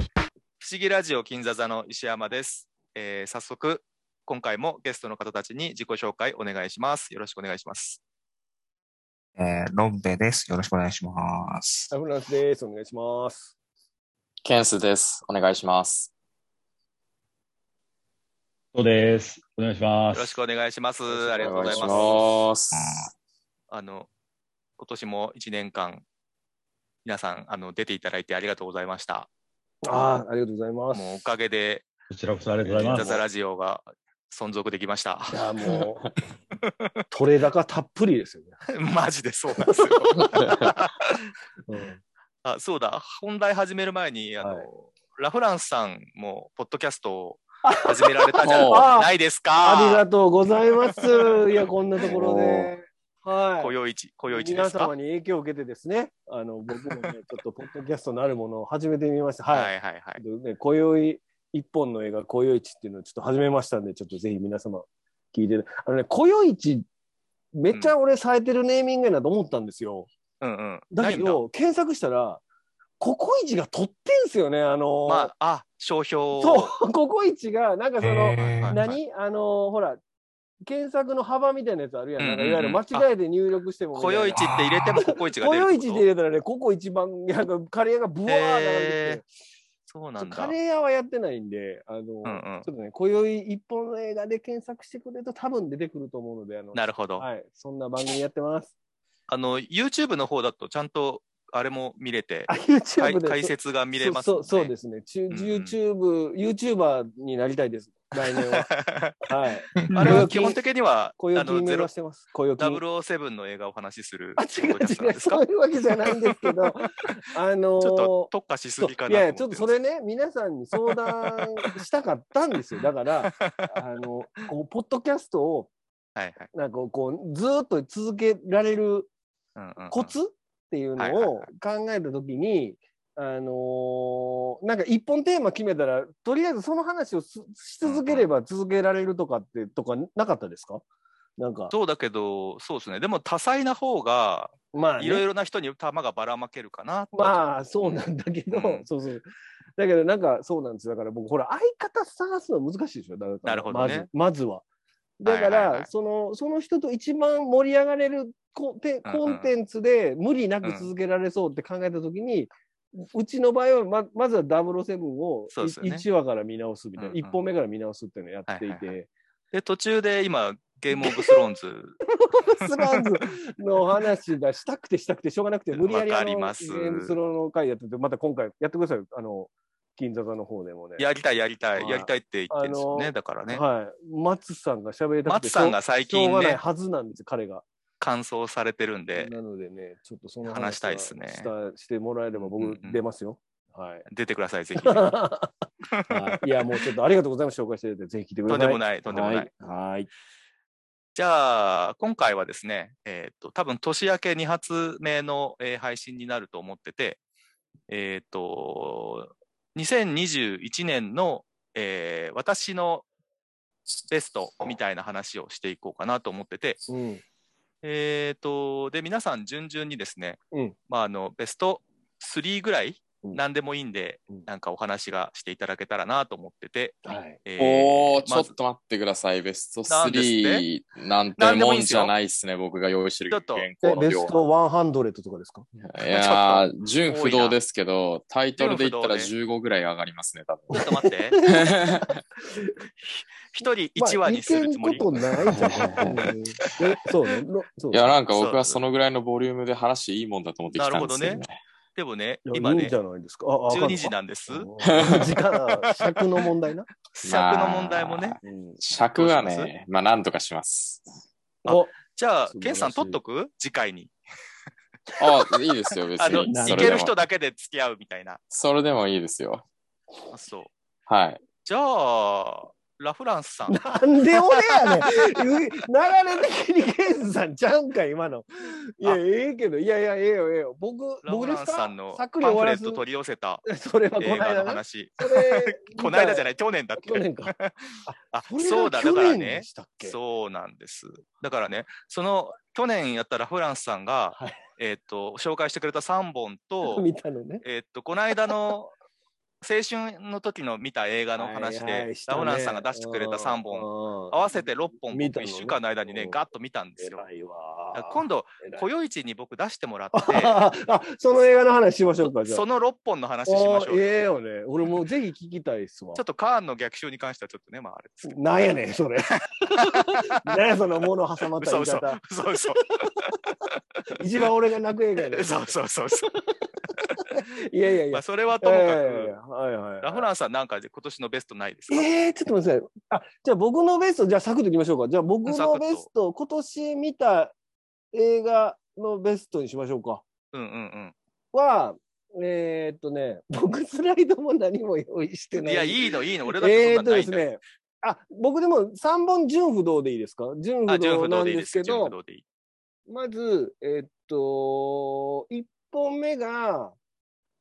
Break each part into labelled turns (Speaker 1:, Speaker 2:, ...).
Speaker 1: 不思議ラジオ金座座の石山です、えー早速今回もゲストの方たちに自己紹介お願いしますよろしくお願いします
Speaker 2: えー、ロンベです。よろしくお願いします。
Speaker 3: サフランスです。お願いします。
Speaker 4: ケンスです。お願いします。
Speaker 5: そうです。お願いしま
Speaker 1: よ
Speaker 5: す。
Speaker 1: ろしくお願いしますありがとうございます
Speaker 4: お願いし
Speaker 1: あの今年も1年間皆さんあの出ていただいてありがとうございました
Speaker 3: ああ、ありがとうございます。
Speaker 1: もうおかげで
Speaker 5: こちらこそありがとうござ
Speaker 1: 金
Speaker 5: いま
Speaker 1: 座
Speaker 5: す。
Speaker 1: 座ラジオが存続できました
Speaker 3: いや、もう、取れ高たっぷりですよね。
Speaker 1: マジでそうなんですよ
Speaker 3: うん
Speaker 1: あそうだ本題始める前にあの、
Speaker 3: はい
Speaker 1: ラフランスさんもポッドキャストを始められたじゃ
Speaker 4: おう
Speaker 1: ないです
Speaker 3: あり
Speaker 1: か
Speaker 3: がとうございます。いや、こんなところで。
Speaker 1: 今
Speaker 3: はい。
Speaker 1: 宵一今宵一で
Speaker 3: 皆
Speaker 1: すか
Speaker 3: 様に影響を受けてですね、あの、僕 もね、ちょっとポッドキャストなるものを始めてみました。
Speaker 1: は
Speaker 3: はい
Speaker 1: はいはい
Speaker 3: い。でね、今宵、一本の映画、今宵一っていうのをちょっと始めましたんで、ちょっとぜひ皆様聞いて、あのね、今宵一、めっちゃ俺冴えてるネーミングやなと思ったんですよ。
Speaker 1: うんうん
Speaker 3: だけ
Speaker 1: ないん
Speaker 3: ど、検索したら、ココイチが取ってんすよね、あのー
Speaker 1: だまああ商標を
Speaker 3: そう、ココイチが、なんかその、
Speaker 2: えー
Speaker 1: はい
Speaker 3: 何あのーほら、検索の幅みたいなやつあるやん。なんか
Speaker 1: うんう
Speaker 3: い
Speaker 1: ん
Speaker 3: わ
Speaker 1: う
Speaker 3: ゆ
Speaker 1: ん
Speaker 3: る間違えて入力してもみ
Speaker 1: 今
Speaker 3: たいな。
Speaker 1: 宵一って入れてもココイチが
Speaker 3: コ
Speaker 1: 出る
Speaker 3: ヨ
Speaker 1: って
Speaker 3: イ
Speaker 1: こ
Speaker 3: チ
Speaker 1: と
Speaker 3: で入れたらね、ココイチ番、なんかカレー屋がブワー流れてきて、
Speaker 1: そう
Speaker 3: ち
Speaker 1: な
Speaker 3: ょっ
Speaker 1: ん
Speaker 3: と
Speaker 1: だ
Speaker 3: カレー屋はやってないんで、あのー
Speaker 1: うんうん
Speaker 3: ちょっとね、今宵一本の映画で検索してくれると多分出てくると思うので、あの、
Speaker 1: なるほど、
Speaker 3: はい、そんな番組やってます。
Speaker 1: あの YouTube の方だとちゃんとあれも見れて
Speaker 3: あ、
Speaker 1: かい
Speaker 3: YouTube で。
Speaker 1: 解説が見れます
Speaker 3: そうそうそう ですすね。チュ
Speaker 1: んうん
Speaker 3: YouTube、YouTuber になりたいです。来年 は。はい。
Speaker 1: あれは基本的には
Speaker 3: 雇用
Speaker 1: あの
Speaker 3: 金目
Speaker 1: ゼロ
Speaker 3: 指してます。雇用金。
Speaker 1: 007の映画をお話しする
Speaker 3: あ、違
Speaker 1: ポッドキャストな
Speaker 3: う違
Speaker 1: ん
Speaker 3: う。
Speaker 1: ですか
Speaker 3: そういうわけじゃないんです けど、あのー
Speaker 1: ちょっと特化しすぎか
Speaker 3: いやい
Speaker 1: な
Speaker 3: や、ち
Speaker 1: と
Speaker 3: ょっ
Speaker 1: 思
Speaker 3: と
Speaker 1: って
Speaker 3: そ
Speaker 1: る
Speaker 3: れね、皆さんに相談したかったんですよ。だから、あの、こう、ポッドキャストを、
Speaker 1: はいはい
Speaker 3: なんかこう、ずーっと続けられる
Speaker 1: うんうんうん
Speaker 3: コツっていう
Speaker 1: はいはい
Speaker 3: のを考えたときに、あのーなんか一本テーマ決めたら、とりあえずその話をすし続ければ続けられるとかって、とかなかったですかなんか、
Speaker 1: そうだけど、そうですね。でも多彩な方が、
Speaker 3: まあ、ね、
Speaker 1: いろいろな人に球がばらまけるかなと。
Speaker 3: まあ、そうなんだけど、
Speaker 1: うん
Speaker 3: そうそう。だけど、なんかそうなんですよ。だから僕、ほら、相方探すの難しいでしょ。だから
Speaker 1: なるほどね
Speaker 3: まず、まずは。だから、
Speaker 1: はいはいはい
Speaker 3: その、その人と一番盛り上がれるコテ
Speaker 1: うんうん
Speaker 3: コンテンツで無理なく続けられそうって考えたときに、うちの場合はま、まずは007を
Speaker 1: そうですよね
Speaker 3: 1話から見直すみたいな、
Speaker 1: うんうん
Speaker 3: 1本目から見直すっていうのをやって
Speaker 1: はい
Speaker 3: い
Speaker 1: はい
Speaker 3: て、
Speaker 1: で、途中で今、ゲームオブスローンズ、
Speaker 3: スランズのお話がしたくてしたくてしょうがなくて、無理やりあ
Speaker 1: わかりま
Speaker 3: の
Speaker 1: す
Speaker 3: ゲームスローの回やってて、また今回やってくださいよ。あの、銀座座の方でもね。
Speaker 1: やりたいやりた、
Speaker 3: はい い
Speaker 1: やりたいって言ってるんですよ
Speaker 3: あ
Speaker 1: ね。
Speaker 3: の
Speaker 1: だからね。
Speaker 3: はい。松さんが喋りたくて
Speaker 1: 松さんが最
Speaker 3: しょう
Speaker 1: 近
Speaker 3: しょうがない
Speaker 1: ね、
Speaker 3: はずなんですよ、彼が。
Speaker 1: 完走されてるんで、
Speaker 3: なのでね、ちょっとその
Speaker 1: 話したいっすね
Speaker 3: はしたしてもらえれば
Speaker 1: うんう
Speaker 3: 僕
Speaker 1: ん
Speaker 3: 出ますよ。 はい。
Speaker 1: 出てください、ぜ ひ。
Speaker 3: はいいや、もうちょっとありがとうございます。紹介していただいて、ぜひ聞いてくだ
Speaker 1: と
Speaker 3: さ
Speaker 1: ん
Speaker 3: い。
Speaker 1: でもない、とんでもない。
Speaker 3: はい。はい。
Speaker 1: じゃあ、今回はですね、えーっと、多分年明け2発目の、えー配信になると思ってて、えーっと、2021年の、えー私のベストみたいな話をしていこうかなと思ってて、
Speaker 3: うん。
Speaker 1: えーっと、で、皆さん順々にですね、
Speaker 3: うん
Speaker 1: まあ、あの、ベスト3ぐらい、
Speaker 3: うん
Speaker 1: 何でもいいんで、
Speaker 3: うん
Speaker 1: なんかお話がしていただけたらなと思ってて、
Speaker 3: はい。
Speaker 1: えー
Speaker 4: おー、ちょ
Speaker 1: ま
Speaker 4: っと待ってください。ベスト
Speaker 1: なんです
Speaker 4: 3なんて
Speaker 1: なんでも
Speaker 4: も
Speaker 1: いいん
Speaker 4: ん
Speaker 1: です
Speaker 4: じ
Speaker 1: よ
Speaker 4: ゃないっすね。僕が用意してる
Speaker 1: ちょっ
Speaker 4: 原
Speaker 1: と
Speaker 3: で、
Speaker 4: 稿の
Speaker 3: ベ
Speaker 4: 量
Speaker 3: ス
Speaker 4: は。
Speaker 3: ト100とかですか
Speaker 4: い
Speaker 1: ち
Speaker 4: やー、純不動ですけど、タイトルで言ったら
Speaker 1: 純
Speaker 4: 15ぐらい上がりますね、 多
Speaker 1: ち
Speaker 4: 分。
Speaker 1: ょっと待 って、一人1話にするつもり。
Speaker 3: まあ、いけんことないんじゃ ないうんえそうね。ろそう
Speaker 4: いや、なんか僕はそのぐらいのボリュームで話いいもんだと思ってきたんですけどね。
Speaker 1: でもね、
Speaker 3: いや
Speaker 1: 今
Speaker 3: いい
Speaker 1: ね
Speaker 3: んじ、ゃないですか。あ、あ
Speaker 1: 12時なんです。
Speaker 3: あ時間、尺の問題な。
Speaker 1: 尺の問題もね。
Speaker 3: うん
Speaker 4: 尺は
Speaker 1: どうしま
Speaker 4: ね、まあなんとか します。
Speaker 1: あ
Speaker 3: お
Speaker 1: じゃあ
Speaker 3: 素晴ら
Speaker 1: ケン
Speaker 3: し、い
Speaker 1: さん取っとく次回に。
Speaker 4: あ、いいですよ、別
Speaker 1: あの、
Speaker 4: に。
Speaker 1: い
Speaker 4: そ
Speaker 1: け
Speaker 4: れで
Speaker 1: る
Speaker 4: も
Speaker 1: 人だけで付き合うみたいな。
Speaker 4: それでもいいですよ。
Speaker 1: あそう。
Speaker 4: はい。
Speaker 1: じゃあ、ラフランスさん。
Speaker 3: なんで俺やねん。流れ的にケンスさんちゃうんか、今の。いや、
Speaker 1: あ
Speaker 3: ええけど、いやいや、ええよ、ええよ。僕、
Speaker 1: ラフ
Speaker 3: 僕で
Speaker 1: ランス
Speaker 3: す
Speaker 1: さ
Speaker 3: か
Speaker 1: んの
Speaker 3: さ
Speaker 1: パ
Speaker 3: っ
Speaker 1: ン
Speaker 3: くり終わ
Speaker 1: フレ
Speaker 3: ら
Speaker 1: ッ
Speaker 3: す
Speaker 1: ト取り寄せた
Speaker 3: それはこの
Speaker 1: 映画
Speaker 3: 間
Speaker 1: の
Speaker 3: な。
Speaker 1: 話。
Speaker 3: それ。
Speaker 1: この間じゃないい、去年だっけ
Speaker 3: 去年か。
Speaker 1: あ、
Speaker 3: これが
Speaker 1: そうだ、だから
Speaker 3: 去年
Speaker 1: ね
Speaker 3: で。したっけ
Speaker 1: そうなんです。だからね、その、去年やったラフランスさんが、
Speaker 3: はい
Speaker 1: えーっと、紹介してくれた3本と、
Speaker 3: 見たのね。
Speaker 1: えーっと、この間の青春の時の見た映画の話
Speaker 3: はいは
Speaker 1: で
Speaker 3: い、した
Speaker 1: ダ
Speaker 3: ね
Speaker 1: ウナンさんが出してくれた3本、合
Speaker 3: 合
Speaker 1: わせて6本、
Speaker 3: 見た
Speaker 1: 僕
Speaker 3: のね
Speaker 1: 1週間の間にね
Speaker 3: う、ん
Speaker 1: ガッと見たんですよ。
Speaker 3: 偉いわ
Speaker 1: だから今度、
Speaker 3: 偉い
Speaker 1: 雇用市に僕出しても らっ
Speaker 3: あ、その映画の話しましょうか、
Speaker 1: て、
Speaker 3: じゃあ。
Speaker 1: その6本の話しましょ
Speaker 3: お
Speaker 1: う
Speaker 3: ー
Speaker 1: よ。
Speaker 3: ええよね。俺もうぜひ聞きたいっすわ
Speaker 1: ちょっ。とカーンの逆襲に関してはちょっとね、まああれですけど。
Speaker 3: なんやね ん、それ。なんや、その物挟 まった
Speaker 1: 嘘嘘
Speaker 3: 言い方。
Speaker 1: 嘘嘘
Speaker 3: 一番俺が泣く映 画やねん。
Speaker 1: 嘘嘘嘘嘘。
Speaker 3: いやいやい
Speaker 1: ま
Speaker 3: や
Speaker 1: あ。それはともか
Speaker 3: ええ
Speaker 1: く、
Speaker 3: はいはいはい。
Speaker 1: ラフランさんなんかで今年のベストないですか
Speaker 3: ええちょっと待ってください。あ、じゃあ僕のベスト、じゃあサクッといきましょうか。じゃあ僕
Speaker 1: サク
Speaker 3: の
Speaker 1: ッと
Speaker 3: ベスト、今年見た映画のベストにしましょうか。
Speaker 1: うんうん
Speaker 3: は、えーっとね、僕スライドも何も用意して
Speaker 1: うん。
Speaker 3: ない。
Speaker 1: いや、いいのいいの。俺だって
Speaker 3: えー
Speaker 1: そ
Speaker 3: っ
Speaker 1: ん
Speaker 3: と
Speaker 1: なんな
Speaker 3: で
Speaker 1: いん
Speaker 3: す
Speaker 1: だよ。
Speaker 3: ね。あ、僕でも3本純不動でいいですか純不
Speaker 1: あ、純
Speaker 3: 動
Speaker 1: 不
Speaker 3: な
Speaker 1: 動
Speaker 3: ん
Speaker 1: でいい
Speaker 3: で
Speaker 1: ですす
Speaker 3: け
Speaker 1: よ。純
Speaker 3: ど
Speaker 1: 不、動でいい。
Speaker 3: まず、えっと、1本目が、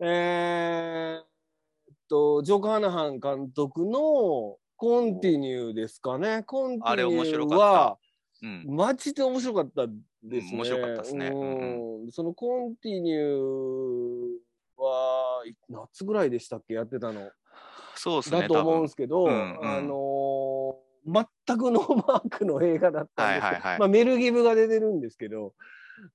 Speaker 3: えーっと、ジョーク・ハナハン監督のコンティニューですかね。コンティ
Speaker 1: あ
Speaker 3: ニ
Speaker 1: れ面白
Speaker 3: ュー
Speaker 1: か
Speaker 3: は
Speaker 1: っ、うん。
Speaker 3: マジで面白かったですね。
Speaker 1: 面白かったですねうん
Speaker 3: うんそのコンティニューは、い夏ぐらいでしたっけやってたの。
Speaker 1: そうです
Speaker 3: だ
Speaker 1: ね、
Speaker 3: と
Speaker 1: 多
Speaker 3: 思うん
Speaker 1: 分
Speaker 3: で。すけど、
Speaker 1: 多分うんうん
Speaker 3: あのー全くノーマークの映画だったんですけ
Speaker 1: はいはい
Speaker 3: ど、
Speaker 1: はい
Speaker 3: まあ、メルギブが出てるんですけど、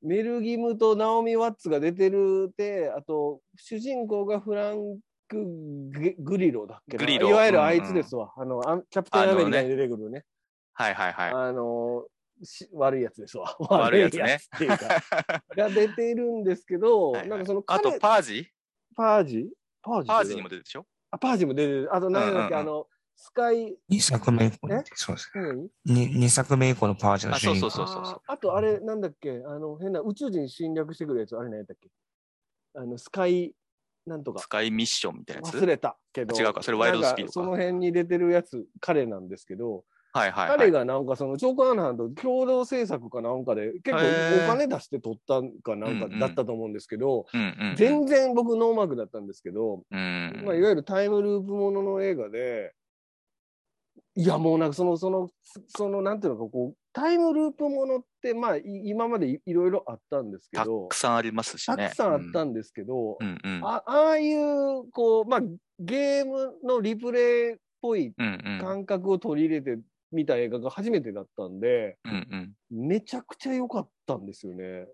Speaker 3: メルギブとナオミ・ワッツが出てるで、あと、主人公がフランク・ググリロだっけな
Speaker 1: グリロ
Speaker 3: いわゆる
Speaker 1: うんうん
Speaker 3: あいつですわ。あのあ、キャプテン・アメリカに出てくるね。
Speaker 1: はいはい
Speaker 3: あ
Speaker 1: はい。
Speaker 3: のーし悪いやつですわ。
Speaker 1: 悪いやつね
Speaker 3: 悪って いうか、が出てるんですけど、
Speaker 1: はいはい
Speaker 3: なんかその
Speaker 1: あ
Speaker 3: 彼、
Speaker 1: と、パージ
Speaker 3: パージパージ
Speaker 1: パージにも出てるでしょ
Speaker 3: あパージも出てる。あと、なんだっけ、
Speaker 1: うんうんうん
Speaker 3: あの、スカイ、
Speaker 2: 2作目以降
Speaker 3: え
Speaker 2: に、そうです。
Speaker 3: 何
Speaker 2: 2作目以降のパージの
Speaker 1: あ、
Speaker 2: 主
Speaker 1: そう
Speaker 2: 人
Speaker 1: そう
Speaker 2: 公。
Speaker 1: そうそうそう。
Speaker 3: あーあとあれ、なんだっけ、あの、変な宇宙人侵略してくるやつ、あれ何やったっけあの、スカイ、なんとか
Speaker 1: ス。カイミッションみたいなやつ
Speaker 3: 忘れたけど。
Speaker 1: あ違うかそれワイルドスピードか
Speaker 3: なんその辺に出てるやつ、彼なんですけど、
Speaker 1: はいはいは
Speaker 3: 彼
Speaker 1: い。
Speaker 3: がなんかその、ジョーカーナハンと共同制作かなんかで、結構
Speaker 1: へー
Speaker 3: お金出して撮ったんかなんか
Speaker 1: うんうん
Speaker 3: だったと思うんですけど、
Speaker 1: うんうんうん。
Speaker 3: 全然僕ノーマークだったんですけど、
Speaker 1: うん
Speaker 3: まあ、いわゆるタイムループものの映画で、いや、もうなんかその、その、その、なんていうのか、こう、タイムループものって、まあ、い今までいいろいろあったんですけ
Speaker 1: た
Speaker 3: ど
Speaker 1: く、さんありますしね。
Speaker 3: たくさんあったんですけど、
Speaker 1: うんうん。
Speaker 3: あああいう、こう、まあ、ゲームのリプレイっぽい
Speaker 1: うんうん。
Speaker 3: 感覚を取り入れて見た映画が初めてだったんで、
Speaker 1: うんうん。
Speaker 3: めちゃくちゃ良かったんですよね。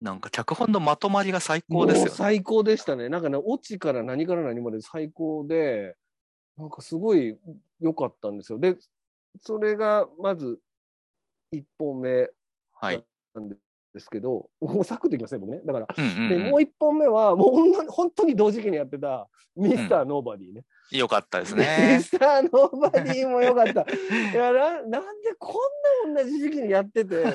Speaker 1: なんか脚本のまとまりが最高ですよ
Speaker 3: もう
Speaker 1: ね。
Speaker 3: 最高でしたね。なんかね、オチから何から何まで最高で、なんかすごい良かったんですよ。で、それがまず1本目
Speaker 1: はい。
Speaker 3: なんですけど、もうサクッといきますね、僕ね。だから、
Speaker 1: うんうん
Speaker 3: で
Speaker 1: うん
Speaker 3: もう1本目は、もうほんま本当に同時期にやってた、ミスターノーバディね。
Speaker 1: よかったです
Speaker 3: ミ
Speaker 1: ね。
Speaker 3: スターノーバディも良か った。いやな、なんでこんな同じ時期にやっ てて、同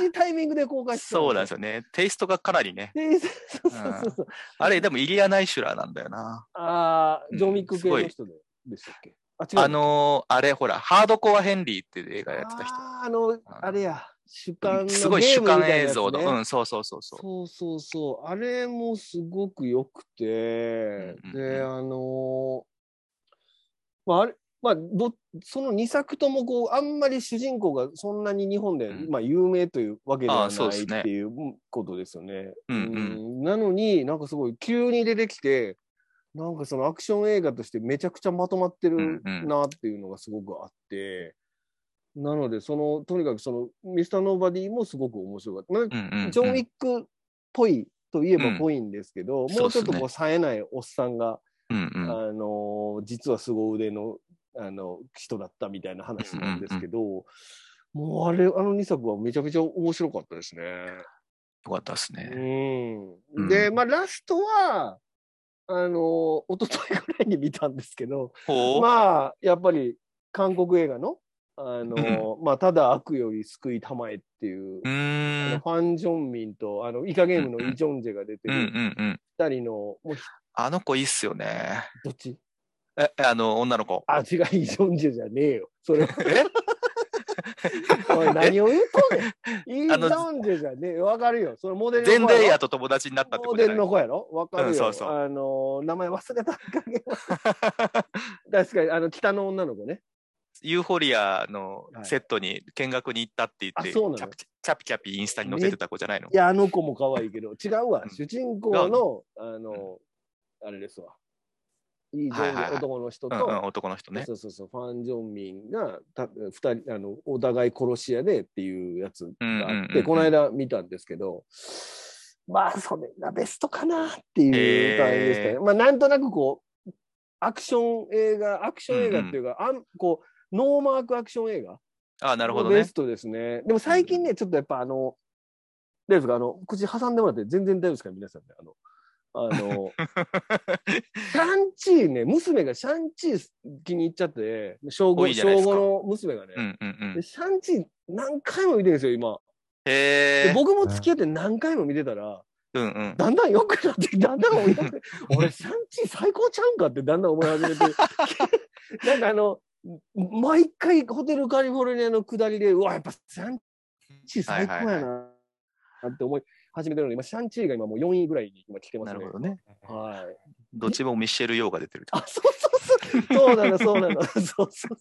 Speaker 3: じタイミングで公開してた
Speaker 1: そうなんです
Speaker 3: よ。
Speaker 1: よね。テイストがかなりね。
Speaker 3: でそうそうそうそう。
Speaker 1: あれ、でもイリア・ナイシュラーなんだよな。
Speaker 3: ああ、ジョミック系
Speaker 1: う
Speaker 3: の
Speaker 1: ん
Speaker 3: 人ででしたっけあ、違う。
Speaker 1: あのーあれ、ほら、ハードコア・ヘンリーっていう映画やってた人。
Speaker 3: あーあの、あれや、主観のゲームみたいなやつ、ね。
Speaker 1: すごい主観映像の、うん、そうそうそうそう。
Speaker 3: そうそうそう。あれもすごく良くて、
Speaker 1: うんうんうん
Speaker 3: で、あのーまあ、あれ、まあ、ど、その2作ともこう、あんまり主人公がそんなに日本で、
Speaker 1: うん
Speaker 3: まあ、有名というわけで
Speaker 1: あ
Speaker 3: は
Speaker 1: あそう
Speaker 3: な
Speaker 1: で
Speaker 3: い
Speaker 1: すね
Speaker 3: っていうことですよね。
Speaker 1: うんうん
Speaker 3: んなのになんかすごい急に出てきて、なんかそのアクション映画としてめちゃくちゃまとまってる
Speaker 1: うんうん
Speaker 3: なっていうのがすごくあって、なので、その、とにかくその、ミスターノーバディもすごく面白かった。まあ
Speaker 1: うんうんうん
Speaker 3: ジョン・ウィックっぽいといえ
Speaker 1: う
Speaker 3: ば
Speaker 1: ん
Speaker 3: ぽいんですけど、
Speaker 1: そう
Speaker 3: もう
Speaker 1: っ
Speaker 3: ち
Speaker 1: す
Speaker 3: ょっ
Speaker 1: ね
Speaker 3: とこう冴えないおっさんが、
Speaker 1: うんう
Speaker 3: あ
Speaker 1: ん。
Speaker 3: のー実は凄腕のあの人だったみたいな話なんですけど、もうあれ、あの2作はめちゃめちゃ面白かったですね。
Speaker 1: よかったですね。
Speaker 3: う、
Speaker 1: うんん
Speaker 3: で、まあラストは、あのー、一昨日ぐらいに見たんですけど、
Speaker 1: ほう、
Speaker 3: まあ、やっぱり韓国映画の、あのーまあ、ただ悪より救いたまえっていう
Speaker 1: うー
Speaker 3: あの
Speaker 1: ん。
Speaker 3: ファン・ジョンミンと、あの、イカゲームのイ・ジョンジェが出て
Speaker 1: うんう
Speaker 3: る
Speaker 1: んうん。
Speaker 3: 二人の、もうひ、
Speaker 1: あの子いいっすよね。
Speaker 3: どっち
Speaker 1: え、あの、女の子。
Speaker 3: あ、違う、イ・ジョンジェじゃねえよ。それは、
Speaker 1: え
Speaker 3: おい、何を言うとんね ん。イ・ジ
Speaker 1: あの
Speaker 3: ョンジェじゃねえよ。わかるよ。それモデル
Speaker 1: 全
Speaker 3: の子やろ。
Speaker 1: レイヤーと友達になったってこ
Speaker 3: モ
Speaker 1: とじ
Speaker 3: デ
Speaker 1: ゃな
Speaker 3: ル
Speaker 1: い
Speaker 3: の子やろわかるよ。
Speaker 1: うんそうそう
Speaker 3: あのー、名前忘れた。 確かに、あの、北の女の子ね。
Speaker 1: ユーフォリアの
Speaker 3: はい
Speaker 1: セットに見学に行ったって言って、
Speaker 3: あそうなの
Speaker 1: チャピチャピチャピインスタに載せてた子じゃないの
Speaker 3: いや、あの子も可愛いけど、違うわ
Speaker 1: う。ん
Speaker 3: 主人公の、あのー、あれですわ。いい上
Speaker 1: はいはいは
Speaker 3: 手
Speaker 1: い
Speaker 3: 男の人
Speaker 1: う
Speaker 3: と、
Speaker 1: んうん、男の人ね。
Speaker 3: そうそうそう、ファン・ジョンミンが、た二人、あの、お互い殺し屋でっていうやつがあ
Speaker 1: うんうん
Speaker 3: っ
Speaker 1: うんう
Speaker 3: て、
Speaker 1: ん
Speaker 3: この間見たんですけど、まあ、それがベストかなっていう感じでした
Speaker 1: へ
Speaker 3: ね。まあ、なんとなくこう、アクション映画、アクション映画っていうか、あんこう、ノーマークアクション映画
Speaker 1: ああ、なるほど
Speaker 3: ベ
Speaker 1: ね
Speaker 3: ス。トですね。でも最近ね、ちょっとやっぱあの、大丈夫ですかあの、口挟んでもらって全然大丈夫ですか皆さんね。あの、あ の、シャンチーね、娘がシャンチー気に入っちゃって、小
Speaker 1: お
Speaker 3: 5、
Speaker 1: いいじゃない
Speaker 3: 小
Speaker 1: ですか
Speaker 3: 五の娘がね、
Speaker 1: うんうんうん
Speaker 3: で。シャンチー何回も見てるんですよ、今。
Speaker 1: へ
Speaker 3: で
Speaker 1: え。
Speaker 3: 僕も付き合って何回も見てたら、
Speaker 1: うんうん。
Speaker 3: だんだん良くなって、だんだん俺、 俺、シャンチー最高ちゃうんかってだんだん思い始めて、なんかあの、毎回ホテルカリフォルニアの下りで、うわ、やっぱシャンチー最高やな、
Speaker 1: はいは
Speaker 3: なんて思い始めてるので、今、シャンチーが今もう4位ぐらいに今来てます
Speaker 1: な
Speaker 3: ね。
Speaker 1: るほどね。
Speaker 3: はい。
Speaker 1: どっちもミシェル・ヨーが出てるってこ
Speaker 3: あ、そうそうそう。そうなの、そう なの。そうそうそう。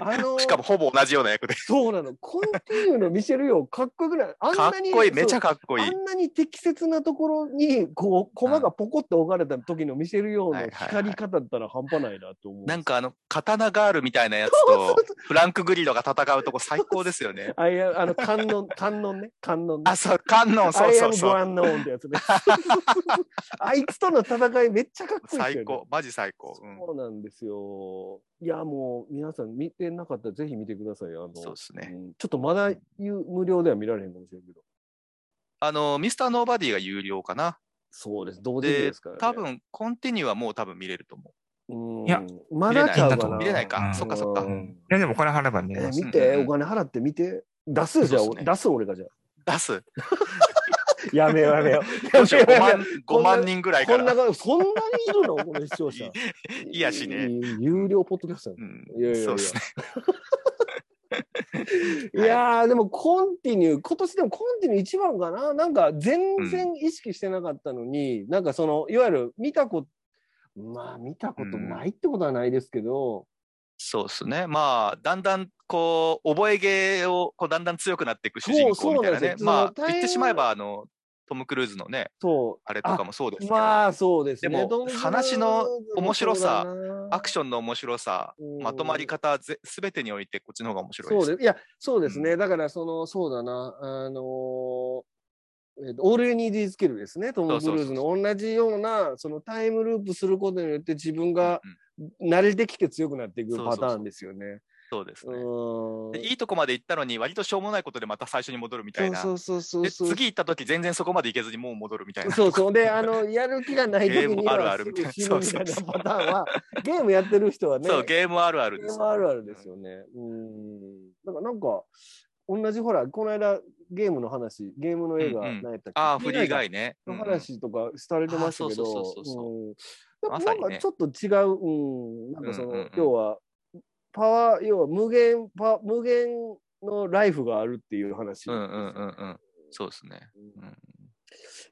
Speaker 3: あの
Speaker 1: と。しかもほぼ同じような役で。
Speaker 3: そうなの。コンティニューの見せるようかっこよくない。あん
Speaker 1: かっ
Speaker 3: なに
Speaker 1: こいい。めち
Speaker 3: そう
Speaker 1: ゃかっこいい
Speaker 3: あ。んなに適切なところに、こう、コマがポコッと置かれた時の見せるよう
Speaker 1: はい
Speaker 3: な
Speaker 1: はいはい
Speaker 3: 光り方だったら半端ないなと思う。
Speaker 1: なんかあの、刀ガールみたいなやつ
Speaker 3: そう
Speaker 1: と、フランク・グリードが戦うとこ最高ですよ ね。
Speaker 3: あいや、あの、観音、観音ね。観音ね。
Speaker 1: あ、そう、観音、そうそうそ
Speaker 3: I
Speaker 1: う。
Speaker 3: am g o n ってやつ ね。あいつとの戦いめっちゃかっこいいですよね
Speaker 1: 最高。マジ最高。うん
Speaker 3: そうなんですよ。いや、もう皆さん見てなかったらぜひ見てください。あの、
Speaker 1: そうですね。
Speaker 3: うんちょっとまだ有無料では見られへんかもしれんけど。
Speaker 1: あの、ミスター・ノーバディが有料かな。
Speaker 3: そうです。同時期
Speaker 1: で
Speaker 3: ですから、ね。
Speaker 1: 多分、コンティニューはもう多分見れると思う。
Speaker 3: うん。
Speaker 2: いや
Speaker 3: まだちゃうかな。
Speaker 1: 見れないか。
Speaker 2: うん
Speaker 1: そっかそっか
Speaker 3: う。ん
Speaker 2: いや、でもお金払えば見れ
Speaker 3: え
Speaker 2: ま
Speaker 3: ー
Speaker 2: す。
Speaker 3: 見て、
Speaker 1: うんうん
Speaker 3: お金払って見て。出すよじゃあ、
Speaker 1: そうっすね
Speaker 3: 出す俺がじゃあ。
Speaker 1: 出す。
Speaker 3: やめようやめ よう。
Speaker 1: どうしよう5
Speaker 3: やめよ
Speaker 1: 万、5万人ぐらいか
Speaker 3: こん な
Speaker 1: ら。
Speaker 3: が、そんなにいるの この視聴者。
Speaker 1: いいやしね
Speaker 3: いい。有料ポッドキャストや
Speaker 1: う
Speaker 3: ね
Speaker 1: ん
Speaker 3: いやいやいや
Speaker 1: そうですね。
Speaker 3: いやー、でもコンティニュー、今年でもコンティニュー一番かななんか全然意識してなかったのに、なんかその、いわゆる見たこと、まあ見たことないってことはないですけど、
Speaker 1: そうですね。まあ、だんだん、こう、覚え芸を、こう、だんだん強くなっていく主人
Speaker 3: そう
Speaker 1: 公みたいな
Speaker 3: そうな
Speaker 1: ね
Speaker 3: ん。ですよ
Speaker 1: まあ、
Speaker 3: その大変
Speaker 1: 言ってしまえば、あの、トム・クルーズのね、
Speaker 3: そ
Speaker 1: あれとかもそうです
Speaker 3: う。
Speaker 1: けど、
Speaker 3: まあそうですね。
Speaker 1: でも
Speaker 3: ドンブラザーズ
Speaker 1: 話の面白さ
Speaker 3: もそうだな、
Speaker 1: アクションの面白さ、
Speaker 3: うん
Speaker 1: まとまり方ぜ、すべてにおいて、こっちの方が面白い
Speaker 3: そ
Speaker 1: で
Speaker 3: う
Speaker 1: す。
Speaker 3: です。いや、そうですね。だから、その、そうだな、あのー、えっとオールユニーディースキルですね、トム・ブルーズの同じような、そのタイムループすることによって自分が
Speaker 1: うんうん
Speaker 3: 慣れてきて強くなっていく
Speaker 1: そうそう
Speaker 3: パ
Speaker 1: そう
Speaker 3: ターンですよね。
Speaker 1: そうです
Speaker 3: う
Speaker 1: ね。
Speaker 3: ーん
Speaker 1: でいいとこまで行ったのに、割としょうもないことでまた最初に戻るみたいな。
Speaker 3: そうそうそう
Speaker 1: で、
Speaker 3: そう。
Speaker 1: 次行った時、全然そこまで行けずにもう戻るみたいな。
Speaker 3: そうそう。で、あの、やる気がない時
Speaker 1: ゲーム
Speaker 3: に
Speaker 1: ある
Speaker 3: は
Speaker 1: あ
Speaker 3: す
Speaker 1: るみ
Speaker 3: ぐ
Speaker 1: たいな
Speaker 3: 死ぬみたい
Speaker 1: そう
Speaker 3: な
Speaker 1: そう
Speaker 3: パターンは、ゲームやってる人は ね、
Speaker 1: そう、ゲームあるある
Speaker 3: そ
Speaker 1: で
Speaker 3: れ
Speaker 1: す。
Speaker 3: はあるあるですよね。うん。だからなんか、同じほら、この間ゲームの話、ゲームの映画、
Speaker 1: うんうん
Speaker 3: 何やったっけ
Speaker 1: ああ、フリー以外ね。
Speaker 3: の
Speaker 1: うんうん
Speaker 3: 話とかされてましたけど、
Speaker 1: あーそうそうそうそう
Speaker 3: うん
Speaker 1: ま
Speaker 3: な
Speaker 1: さ
Speaker 3: ん
Speaker 1: にね
Speaker 3: かちょっと違う、うん、なんかその、
Speaker 1: うんうんうん
Speaker 3: 要は、パワー、要は無限、パ無限のライフがあるっていう話、
Speaker 1: うんうんうんうん。そうですね。うん